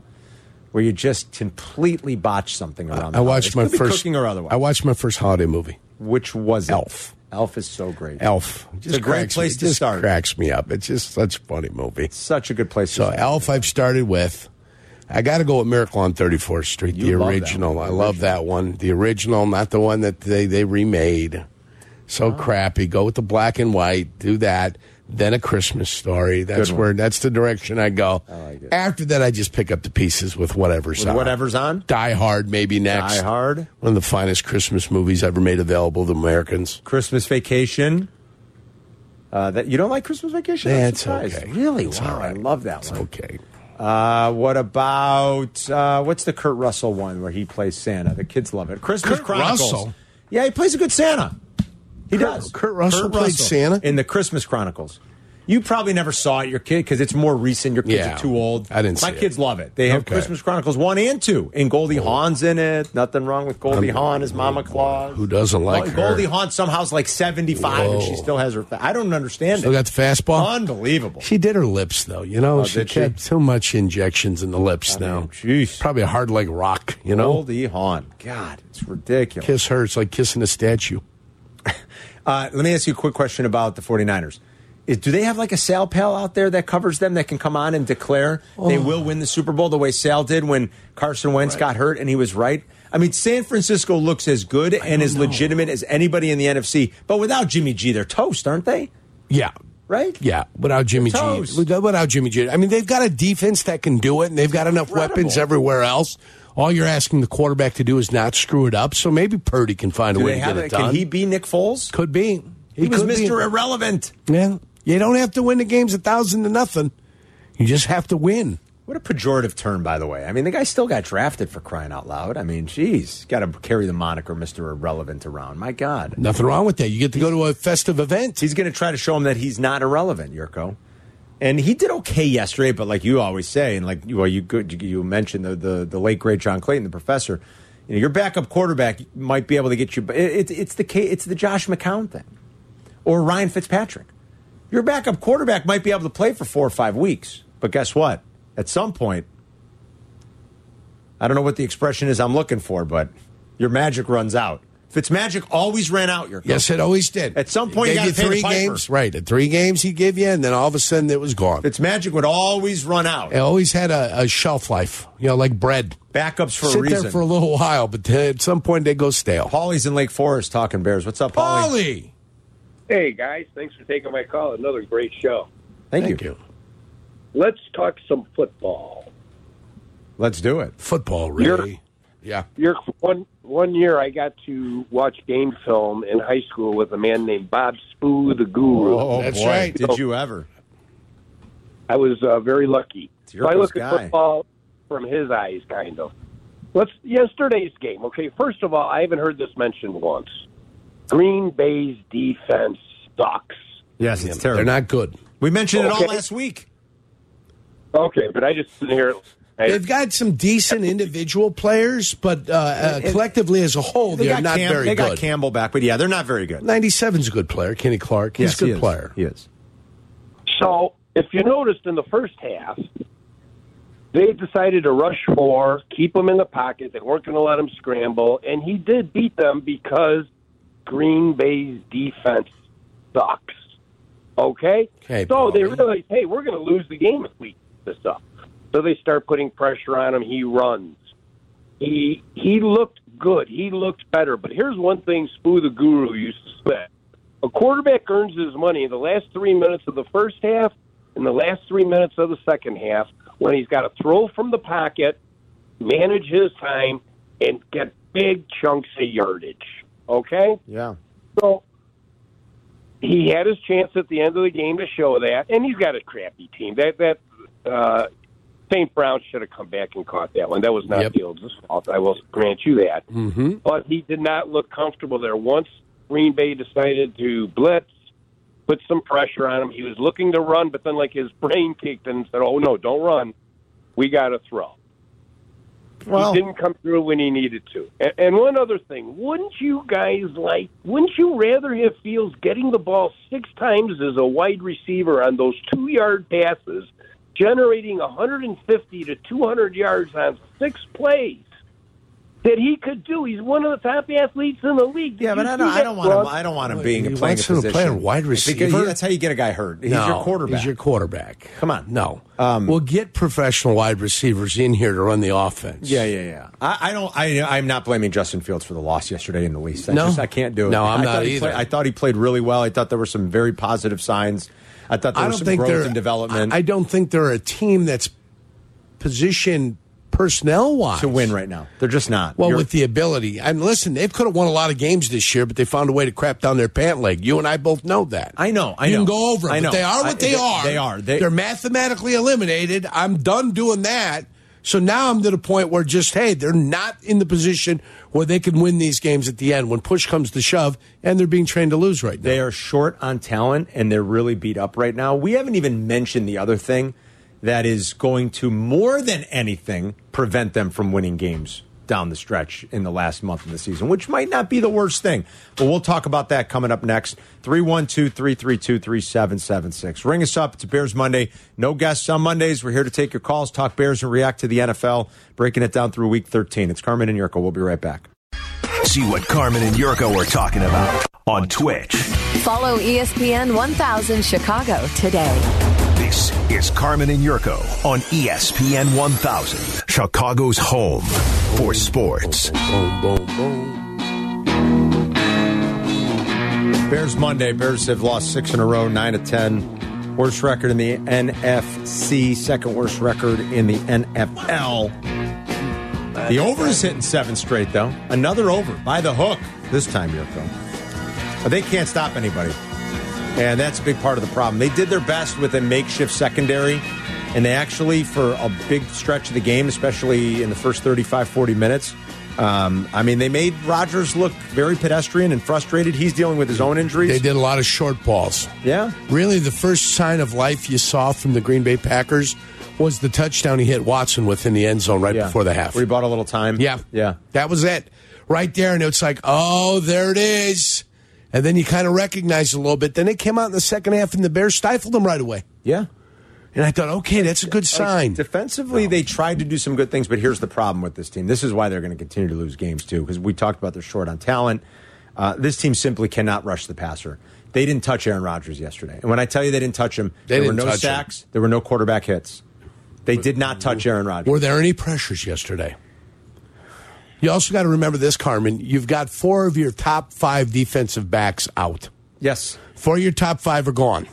S3: where you just completely botched something around? the
S4: I
S3: holidays?
S4: watched my
S3: Could be
S4: first
S3: cooking or otherwise.
S4: I watched my first holiday movie.
S3: Which was it?
S4: Elf.
S3: Elf is so great.
S4: Elf.
S3: It's a great
S4: cracks
S3: place
S4: me,
S3: to
S4: just
S3: start.
S4: Cracks me up. It's just such a funny movie.
S3: Such a good place.
S4: So
S3: to start.
S4: Elf, I've started with. I got to go with Miracle on 34th Street,
S3: You
S4: the
S3: love that
S4: original.
S3: one,
S4: I
S3: the
S4: love that one, the original, not the one that they they remade. So
S3: Oh.
S4: crappy. Go with the black and white. Do that. Then a Christmas story. That's
S3: Good one.
S4: where that's the direction I go.
S3: like it.
S4: After that, I just pick up the pieces with whatever's
S3: With
S4: on.
S3: whatever's on?
S4: Die Hard, maybe next.
S3: Die Hard.
S4: one of the finest Christmas movies ever made available to Americans.
S3: Christmas vacation. Uh, that you don't like Christmas vacation? I'm
S4: That's
S3: surprised.
S4: okay.
S3: Really?
S4: It's
S3: wow!
S4: all right.
S3: I love that one.
S4: Okay.
S3: Uh, what about uh, what's the Kurt Russell one where he plays Santa? The kids love it. Christmas
S4: Kurt
S3: Chronicles.
S4: Russell?
S3: Yeah, he plays a good Santa. He
S4: Kurt-
S3: does.
S4: Kurt Russell played Santa?
S3: in the Christmas Chronicles. You probably never saw it, your kid, because it's more recent. Your kids
S4: Yeah.
S3: are too old.
S4: I didn't
S3: My
S4: see it.
S3: kids love it. They have
S4: Okay. Oh.
S3: Christmas Chronicles one and two, and Goldie Hawn's in it. Nothing wrong with Goldie
S4: I'm-
S3: Hawn as Mama Claus.
S4: Who doesn't like
S3: Goldie
S4: her?
S3: Goldie Hawn somehow's like seventy five, and
S4: Whoa.
S3: she still has her. fa- I don't understand.
S4: Still
S3: it.
S4: got the fastball?
S3: Unbelievable.
S4: She did her lips though, you know.
S3: Oh,
S4: she
S3: did she?
S4: kept so much injections in the lips now.
S3: jeez.
S4: Probably a hard like rock, you know.
S3: Goldie Hawn. God, it's ridiculous.
S4: Kiss her, it's like kissing a statue.
S3: Uh, let me ask you a quick question about the 49ers. Is, do they have like a Sal pal out there that covers them that can come on and declare they
S4: Oh.
S3: will win the Super Bowl the way Sal did when Carson Wentz got hurt and he was right? I mean, San Francisco looks as good and as legitimate as anybody in the NFC, but without Jimmy G, they're toast, aren't they?
S4: Yeah.
S3: Right?
S4: Yeah, without Jimmy G. uh,
S3: Toast.
S4: Without Jimmy G. I mean, they've got a defense that can do it, and they've got enough weapons everywhere else. All you're asking the quarterback to do is not screw it up. So maybe Purdy can find a
S3: Do
S4: way
S3: they
S4: to
S3: have
S4: get it,
S3: it?
S4: done.
S3: Can he be Nick Foles?
S4: could be.
S3: He, was
S4: could be.
S3: Mr. Irrelevant.
S4: Yeah. You don't have to win the games a thousand to nothing. You just have to win.
S3: What a pejorative term, by the way. I mean, the guy still got drafted for crying out loud. I mean, geez, got to carry the moniker Mr. Irrelevant around. My God.
S4: Nothing wrong with that. You get to go to a festive event.
S3: He's going to try to show him that he's not irrelevant, Yurko. And he did okay yesterday, but like you always say, and like well, you good, you mentioned the, the the late great John Clayton, the professor. You know, your backup quarterback might be able to get you, but it, it's the ca- it's the Josh McCown thing, or Ryan Fitzpatrick. Your backup quarterback might be able to play for four or five weeks, but guess what? At some point, I don't know what the expression is I'm looking for, but your magic runs out. Fitzmagic always ran out. Your
S4: Yes, it always did.
S3: At some point,
S4: He
S3: you
S4: gave
S3: gotta pay the
S4: three
S3: piper.
S4: games, right? At three games, he gave you, and then all of a sudden, it was gone.
S3: Its magic would always run out.
S4: it always had a, a shelf life, you know, like bread.
S3: Backups for
S4: Sit
S3: a reason.
S4: there for a little while, but then at some point, they go stale.
S3: Paulie's in Lake Forest talking Bears. What's up, Paulie?
S4: Paulie,
S8: Hey guys, thanks for taking my call. Another great show.
S3: Thank,
S4: thank
S3: you.
S4: you.
S8: Let's talk some football.
S3: Let's do it.
S4: Football, really? Yeah.
S8: You're, one one year, I got to watch game film in high school with a man named Bob Spoo, the guru.
S3: Oh,
S4: That's right.
S3: Did you ever?
S8: I was uh, very lucky.
S3: It's your
S8: So I
S3: first
S8: look
S3: guy.
S8: at football from his eyes, kind of. Let's yesterday's game. Okay, first of all, I haven't heard this mentioned once. Green Bay's defense sucks.
S3: Yes, it's terrible.
S4: They're not good.
S3: we mentioned it
S8: Okay.
S3: all last week.
S8: Okay, but I just didn't hear it.
S4: They've got some decent individual players, but uh, uh, collectively as a whole,
S3: They
S4: they are
S3: got
S4: not
S3: Cam-
S4: very
S3: They got
S4: good.
S3: Campbell back, but yeah, they're not very good.
S4: 97's a good player. Kenny Clark, he's
S3: Yes,
S4: a good
S3: he is.
S4: player.
S3: He is.
S8: So, if you noticed in the first half, they decided to rush four, keep him in the pocket. They weren't going to let him scramble, and he did beat them because Green Bay's defense sucks. Okay,
S4: Okay,
S8: so they
S4: Paulie.
S8: realize, hey, we're going to lose the game if we keep this up. So they start putting pressure on him. He runs. He he looked good. He looked better. But here's one thing Spoo the Guru used to say. A quarterback earns his money in the last three minutes of the first half and the last three minutes of the second half when he's got to throw from the pocket, manage his time, and get big chunks of yardage. Okay?
S3: Yeah.
S8: So he had his chance at the end of the game to show that, and he's got a crappy team. That that uh, St. Brown should have come back and caught that one. That was not
S4: Yep.
S8: Fields' fault. I will grant you that. Mm-hmm. But he did not look comfortable there. Once Green Bay decided to blitz, put some pressure on him, he was looking to run, but then like his brain kicked in and said, "Oh no, don't run. We got to throw."
S3: Well,
S8: he didn't come through when he needed to. And, and one other thing, wouldn't you guys like? Wouldn't you rather have Fields getting the ball six times as a wide receiver on those two-yard passes, generating 150 to 200 yards on six plays? That he could do. He's one of the top athletes in the league. Did
S3: yeah, but
S8: you
S3: I
S8: see
S3: don't, I
S8: that,
S3: don't want him.
S8: Russ?
S3: I don't want him
S4: Well,
S3: being
S4: he
S3: a playing
S4: wants
S3: a
S4: him to
S3: position.
S4: play a wide
S3: Because
S4: receiver.
S3: that's how you get a guy hurt. He's
S4: No,
S3: your quarterback.
S4: He's your quarterback.
S3: Come on.
S4: No.
S3: Um,
S4: we'll get professional wide receivers in here to run the offense.
S3: yeah, yeah, yeah. I, I don't. I, I'm not blaming Justin Fields for the loss yesterday in the least. I
S4: No.
S3: just, I can't do it.
S4: No, I'm
S3: I
S4: not
S3: thought he
S4: either.
S3: played- I thought he played really well. I thought there were some very positive signs. I thought there
S4: I
S3: was
S4: don't
S3: some
S4: think
S3: growth
S4: they're
S3: and development.
S4: I, I don't think they're a team that's positioned personnel wise
S3: to win right now. They're just not.
S4: Well,
S3: You're-
S4: with the ability, and listen, they could have won a lot of games this year, but they found a way to crap down their pant leg. You and I both know that.
S3: I know, I
S4: you can
S3: know.
S4: go over. 'em,
S3: I
S4: but
S3: know.
S4: they are what
S3: I-
S4: they,
S3: they-
S4: are.
S3: they are. They-
S4: are mathematically eliminated. I'm done doing that. So now I'm to the point where just, hey, they're not in the position where they can win these games at the end when push comes to shove, and they're being trained to lose right now.
S3: They are short on talent and they're really beat up right now. We haven't even mentioned the other thing that is going to more than anything prevent them from winning games down the stretch in the last month of the season, which might not be the worst thing. But we'll talk about that coming up next. 312 332 3776. Ring us up. It's Bears Monday. No guests on Mondays. We're here to take your calls, talk Bears, and react to the NFL, breaking it down through week 13. It's Carmen and Yurko. We'll be right back.
S1: See what Carmen and Yurko are talking about on Twitch.
S2: Follow E ESPN 1000 Chicago today.
S1: This is Carmen and Yurko on E ESPN 1000, Chicago's home for sports.
S3: Bears Monday. Bears have lost six in a row, nine to ten. Worst record in the NFC. Second worst record in the NFL. The over is hitting seven straight though. Another over by the hook this time, Yurko. But They can't stop anybody, and that's a big part of the problem. They did their best with a makeshift secondary, and they actually, for a big stretch of the game, especially in the first 35, 40 minutes, um, I mean, they made Rodgers look very pedestrian and frustrated. He's dealing with his own injuries.
S4: They did a lot of short balls.
S3: Yeah.
S4: Really, the first sign of life you saw from the Green Bay Packers was the touchdown he hit Watson with in the end zone right before the half.
S3: We bought a little time.
S4: Yeah.
S3: Yeah.
S4: That was it. Right there. And it's like, oh, there it is. And then you kind of recognize it a little bit. Then it came out in the second half, and the Bears stifled them right away.
S3: Yeah.
S4: And I thought, okay, that's a good sign.
S3: Defensively, they tried to do some good things, but here's the problem with this team. This is why they're going to continue to lose games, too, because we talked about they're short on talent. Uh, this team simply cannot rush the passer. They didn't touch Aaron Rodgers yesterday. And when I tell you they didn't touch him,
S4: They
S3: there were
S4: didn't
S3: no
S4: touch him.
S3: sacks, there were no quarterback hits. They did not touch Aaron Rodgers.
S4: Were there any pressures yesterday? You also got to remember this, Carmen. You've got four of your top five defensive backs out.
S3: Yes.
S4: Four of your top five are gone.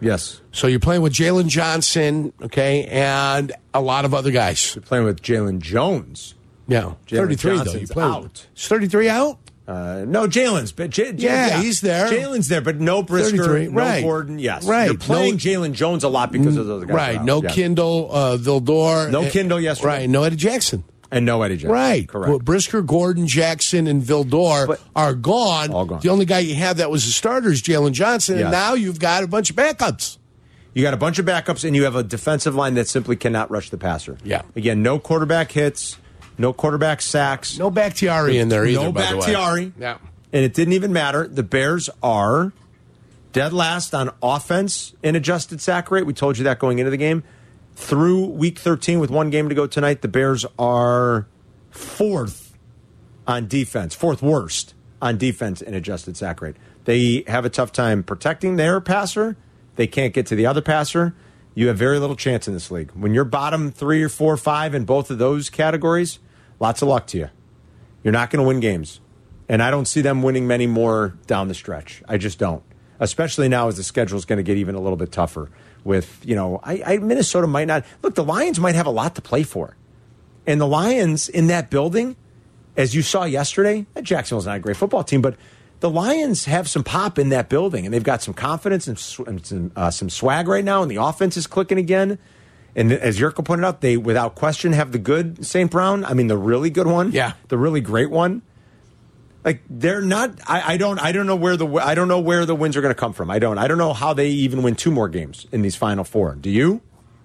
S3: Yes.
S4: So you're playing with Jalen Johnson, okay, and a lot of other guys.
S3: You're playing with Jalen Jones.
S4: Yeah,
S3: Jalen
S4: thirty-three though. You
S3: Johnson's
S4: played
S3: out.
S4: Is thirty-three out.
S3: Uh, no, Jalen's, but J- J-
S4: Yeah, he's there.
S3: Jalen's there, but no Brisker,
S4: 33,
S3: no
S4: right.
S3: Gordon. Yes,
S4: Right.
S3: You're playing
S4: No-
S3: Jalen Jones a lot because of those other guys.
S4: Right.
S3: are out.
S4: No
S3: Yeah.
S4: Kindle, uh, Vildor.
S3: No
S4: eh,
S3: Kindle yesterday.
S4: Right. No Eddie Jackson.
S3: and no Eddie Jackson.
S4: Right.
S3: correct.
S4: Well, Brisker, Gordon, Jackson, and Vildor
S3: But-
S4: are gone.
S3: All gone.
S4: The only guy you have that was a starter is Jalen Johnson,
S3: Yes.
S4: and now you've got a bunch of backups.
S3: You got a bunch of backups, and you have a defensive line that simply cannot rush the passer.
S4: Yeah.
S3: Again, no quarterback hits, no quarterback sacks,
S4: No Bakhtiari in there either.
S3: no
S4: by the way.
S3: Bakhtiari.
S4: Yeah.
S3: And it didn't even matter. The Bears are dead last on offense in adjusted sack rate. We told you that going into the game. Through week 13, with one game to go tonight, the Bears are fourth on defense, fourth worst on defense in adjusted sack rate. They have a tough time protecting their passer. They can't get to the other passer. You have very little chance in this league. When you're bottom three or four or five in both of those categories, lots of luck to you. You're not going to win games. And I don't see them winning many more down the stretch. I just don't. Especially now as the schedule is going to get even a little bit tougher with, you know, I, I Minnesota might not. Look, the Lions might have a lot to play for. And the Lions in that building, as you saw yesterday, Jacksonville's not a great football team, but the Lions have some pop in that building, and they've got some confidence and, sw- and some, uh, some swag right now, and the offense is clicking again. And as Yurko pointed out, they without question have the good St. Brown. I mean, the really good one.
S4: Yeah.
S3: the really great one. Like they're not. I, I don't. I don't know where the. I don't know where the wins are going to come from. I don't. I don't know how they even win two more games in these final four. Do you?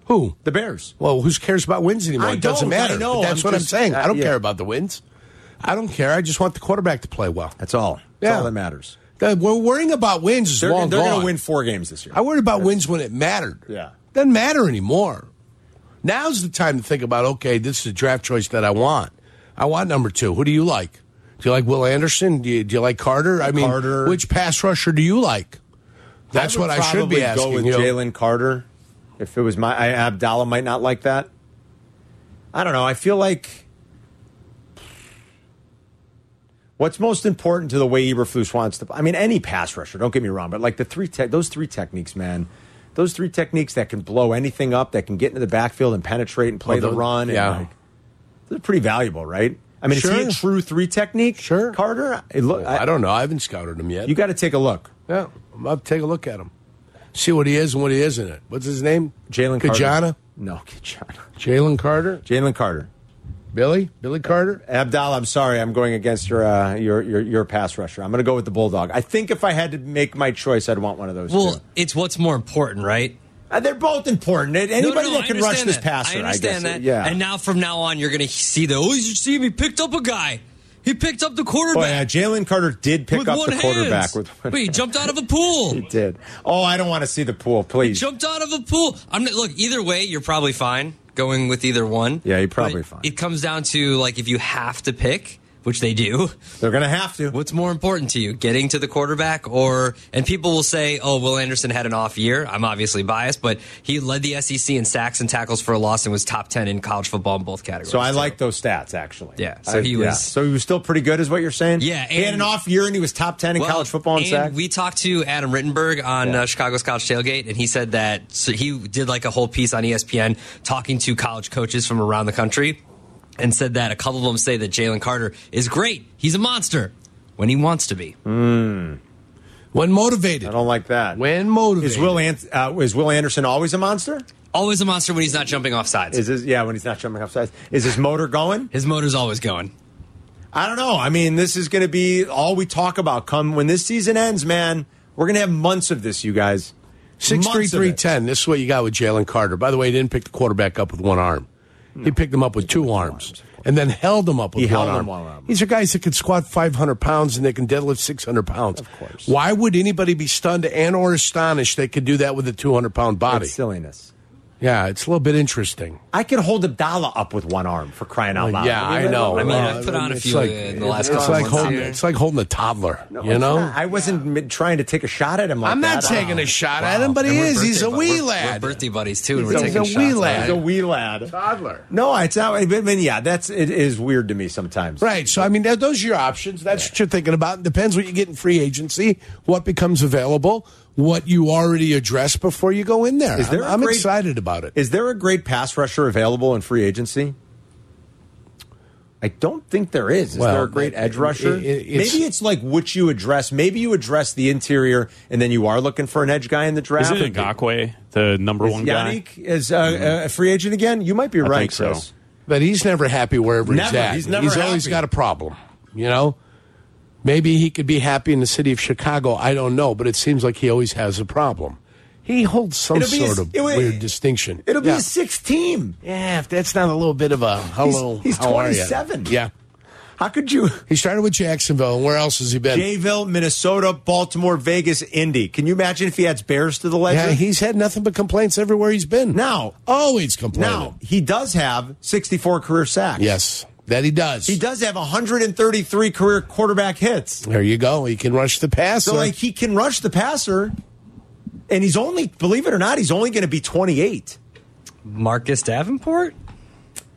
S4: Who?
S3: The Bears.
S4: Well, who cares about wins anymore?
S3: I
S4: it doesn't
S3: don't.
S4: matter.
S3: I know.
S4: But That's
S3: I'm
S4: what
S3: just-
S4: I'm saying. I don't
S3: uh, yeah.
S4: care about the wins. I don't care. I just want the quarterback to play well.
S3: That's all. That's
S4: Yeah.
S3: all that matters.
S4: The- We're worrying about wins is
S3: They're,
S4: long
S3: they're going
S4: gone.
S3: to win four games this year.
S4: I worried about wins when it mattered.
S3: Yeah.
S4: Doesn't matter anymore. Now's the time to think about okay, this is a draft choice that I want. I want number two. Who do you like? Do you like Will Anderson? Do you, do you like Carter? I mean,
S3: Carter.
S4: which pass rusher do you like? That's
S3: would
S4: what I should
S3: probably
S4: be asking.
S3: Go with
S4: you know.
S3: Jalen Carter. If it was my I, Abdallah, might not like that. I don't know. I feel like what's most important to the way Eberflus wants to. I mean, any pass rusher. Don't get me wrong, but like the three te- those three techniques, man. Those three techniques that can blow anything up, that can get into the backfield and penetrate and play
S4: Oh,
S3: the,
S4: the-
S3: run.
S4: yeah.
S3: And like, they're pretty valuable, right? I mean, is he
S4: Sure.
S3: a true three technique?
S4: Sure. Oh,
S3: Carter. It look,
S4: I don't know. I haven't scouted him yet.
S3: You got to take a look.
S4: yeah, I'll take a look at him, see what he is and what he isn't. It. What's his name?
S3: Jalen Carter.
S4: Kajana.
S3: No, get China.
S4: Jalen Carter,
S3: Jalen Carter.
S4: Billy, Billy Carter.
S3: Abdallah, I'm sorry, I'm going against your uh, your, your your pass rusher. I'm going to go with the bulldog. I think if I had to make my choice, I'd want one of those.
S5: Well,
S3: two.
S5: it's what's more important, right?
S3: Uh, they're both important. And Anybody
S5: No, no, no, I
S3: that can
S5: understand
S3: rush this
S5: that.
S3: passer,
S5: I understand
S3: guess.
S5: that.
S3: Yeah,
S5: And now from now on, you're going to see the. Oh, you should see him. He picked up a guy. He picked up the
S3: Boy,
S5: quarterback
S3: uh, Jalen Carter did pick
S5: with
S3: up
S5: one
S3: the quarterback
S5: hand.
S3: with one.
S5: Wait, he jumped out of a pool.
S3: [LAUGHS] He did. Oh, I don't want to see the pool, please.
S5: jumped out of a pool. I'm not, look. Either way, you're probably fine going with either one.
S3: Yeah, you're probably
S5: But
S3: fine.
S5: It comes down to like if you have to pick, which they do. [LAUGHS]
S3: They're going to have to.
S5: What's more important to you, getting to the quarterback or? And people will say, "Oh, Will Anderson had an off year." I'm obviously biased, but he led the SEC in sacks and tackles for a loss and was top ten in college football in both categories.
S3: So I like those stats actually.
S5: Yeah, so
S3: I-
S5: he
S3: yeah.
S5: was-
S3: So he was still pretty good, is what you're saying.
S5: Yeah,
S3: he had an
S5: and-
S3: off year and he was top ten in
S5: Well,
S3: college football and
S5: and
S3: sacks.
S5: We talked to Adam Rittenberg on
S3: Yeah.
S5: uh, Chicago's College Tailgate, and he said that so he did like a whole piece on E ESPN talking to college coaches from around the country, and said that a couple of them say that Jalen Carter is great. He's a monster when he wants to be.
S3: Hmm.
S4: When motivated,
S3: I don't like that.
S4: when motivated,
S3: Is Will Ant- uh, is Will Anderson always a monster?
S5: Always a monster when he's not jumping off sides.
S3: Is his yeah when he's not jumping off sides? Is his motor going?
S5: His motor's always going.
S3: I don't know. I mean, this is going to be all we talk about. Come when this season ends, man, we're going to have months of this, you guys.
S4: Six three
S3: Months of
S4: three
S3: it.
S4: ten. This is what you got with Jalen Carter. By the way, he didn't pick the quarterback up with one arm. He picked him up with two arms, and then held him up with
S3: He
S4: one,
S3: held him
S4: arm.
S3: one arm.
S4: These are guys that can squat five hundred pounds and they can deadlift six hundred pounds. Of course. Why would anybody be stunned and or astonished they could do that with a two hundred pound body?
S3: It's silliness.
S4: yeah, it's a little bit interesting.
S3: I could hold Abdallah up with one arm for crying out loud.
S4: yeah, I know.
S5: I mean,
S4: Uh,
S5: I've put on a
S4: it's
S5: few
S4: like-
S5: in the last
S4: it's
S5: couple
S4: like
S5: months
S4: holding,
S5: here.
S4: It's like holding a toddler. you
S3: It's
S4: know.
S3: not- I wasn't mi- trying to take a shot at him. Like
S4: I'm not
S3: that.
S4: taking
S3: Oh.
S4: a shot at him, but he
S5: And we're
S4: is. He's
S5: birthday
S4: a
S5: bu-
S4: wee
S5: we're-
S4: lad.
S5: We're birthday buddies too, and
S4: He's
S5: we're
S4: a-
S5: taking
S4: he's a wee
S5: shots.
S4: lad.
S3: He's a wee lad.
S4: toddler.
S3: No, it's not. I mean, yeah, that's it is weird to me sometimes.
S4: Right. So, I mean, that- those are your options. That's what you're thinking about. Depends what you get in free agency, what becomes available, what you already address before you go in there.
S3: Is there
S4: I'm,
S3: a
S4: I'm
S3: great-
S4: excited about it.
S3: Is there a great pass rusher available in free agency? I don't think there is. Is
S4: Well,
S3: there a great
S4: it-
S3: edge rusher?
S4: it- it- it's-
S3: Maybe it's like what you address. Maybe you address the interior, and then you are looking for an edge guy in the
S10: Is
S3: draft.
S10: it Ngakwe, the number
S3: Is
S10: one guy?
S3: Yannick is uh,
S4: Mm-hmm.
S3: uh, a free agent again? You might be right,
S10: think so.
S3: Chris.
S4: But he's never happy wherever he's
S3: Never.
S4: at.
S3: He's never
S4: always
S3: happy.
S4: got a problem, you know? Maybe he could be happy in the city of Chicago. I don't know, but it seems like he always has a problem. He holds some
S3: It'll be a-
S4: sort of
S3: it will-
S4: weird distinction.
S3: It'll be
S4: Yeah.
S3: a sixth team.
S4: Yeah, if that's not a little bit of a hello,
S3: He's- he's
S4: how are ya?
S3: 27.
S4: Yeah,
S3: How could you?
S4: he started with Jacksonville, and where else has he been?
S3: Jayville, Minnesota, Baltimore, Vegas, Indy. Can you imagine if he adds Bears to the ledger?
S4: yeah, he's had nothing but complaints everywhere he's been.
S3: Now-
S4: always complaining.
S3: now he does have 64 career sacks.
S4: yes, that he does.
S3: He does have 133 career quarterback hits.
S4: There you go. He can rush the pass. Uh,
S3: So, like, he can rush the passer, and he's only, believe it or not, he's only going to be 28.
S5: Marcus Davenport?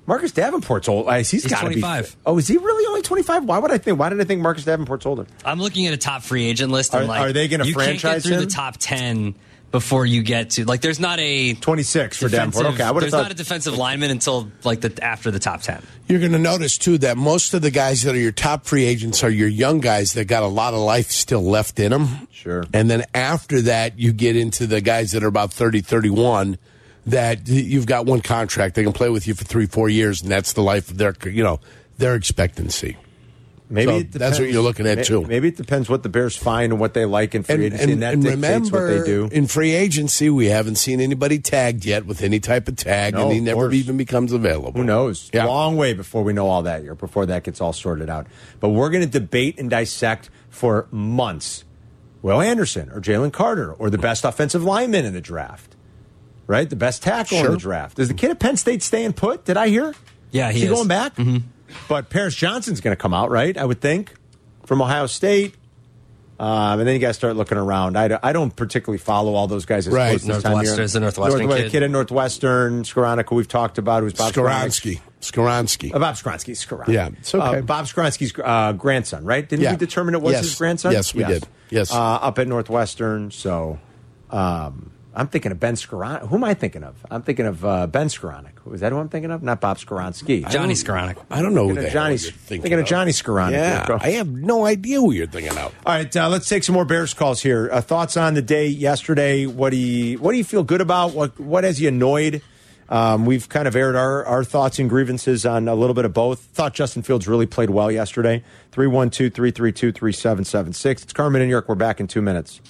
S3: Marcus Davenport's old. I- He's,
S5: He's
S3: got to be.
S5: 25.
S3: Oh, is he really only 25? Why would I think? Why did I think Marcus Davenport's older?
S5: I'm looking at a top free agent list. And
S3: Are-
S5: like,
S3: are they gonna
S5: you can't get
S3: franchise
S5: through
S3: him?
S5: the top ten before you get to like? There's not a
S3: 26 for Davenport.
S5: defensive-
S3: Okay, I would have
S5: there's
S3: thought.
S5: not a defensive lineman until like the after the top ten.
S4: You're going to notice too that most of the guys that are your top free agents are your young guys that got a lot of life still left in them.
S3: Sure.
S4: And then after that, you get into the guys that are about 30, 31 that you've got one contract. They can play with you for three, four years, and that's the life of their, you know, their expectancy.
S3: maybe
S4: so
S3: it
S4: that's what
S3: depends.
S4: you're looking at,
S3: May-
S4: too.
S3: Maybe it depends what the Bears find and what they like in free agency, and, that dictates
S4: remember,
S3: what they do.
S4: in free agency, we haven't seen anybody tagged yet with any type of tag,
S3: No,
S4: and he
S3: of
S4: never
S3: course.
S4: even becomes available.
S3: Who knows?
S4: Yeah.
S3: Long way before we know all that year, before that gets all sorted out. But we're going to debate and dissect for months Will Anderson or Jalen Carter or the best offensive lineman in the draft, right? The best tackle in
S4: Sure.
S3: the draft. Is the kid at Penn State staying put? Did I hear?
S5: Yeah, Uh, he
S3: is.
S5: is. Mm-hmm.
S3: going back? But Paris Johnson's going to come out, right? I would think from Ohio State. Um, and then you guys start looking around. I, don't- I don't particularly follow all those guys. As
S4: Right.
S3: close this time of year.
S5: Northwestern's a Northwestern
S3: Northwe-
S5: kid.
S3: kid at Northwestern, Skoranek, who we've talked about, who's Bob Skoranek.
S4: Skoronsky. Skoronsky.
S3: Uh, Bob Skronsky, Skronsky.
S4: Yeah, it's okay.
S3: Uh, Bob Skronsky's uh, grandson, right? Didn't
S4: Yeah.
S3: we determine it was
S4: Yes.
S3: his grandson?
S4: Yes, we did. Yes.
S3: Uh, up at Northwestern. So um, I'm thinking of Ben Skoranek. Who am I thinking of? I'm thinking of uh, Ben Skoranek. Was that who I'm thinking of? Not Bob Skronsky.
S5: Johnny Skoranek.
S4: I don't know
S3: Thinking
S4: who the
S3: of
S4: hell
S3: Johnny,
S4: you're
S3: thinking,
S4: thinking,
S3: of Johnny Skoranek.
S4: Yeah,
S3: Yurko.
S4: I have no idea who you're thinking of.
S3: All right, uh, let's take some more Bears calls here. Uh, thoughts on the day yesterday? What do you what do you feel good about? What what has you annoyed? Um, we've kind of aired our, our thoughts and grievances on a little bit of both. Thought Justin Fields really played well yesterday. 312 332 3776. It's Carmen in New York. We're back in two minutes.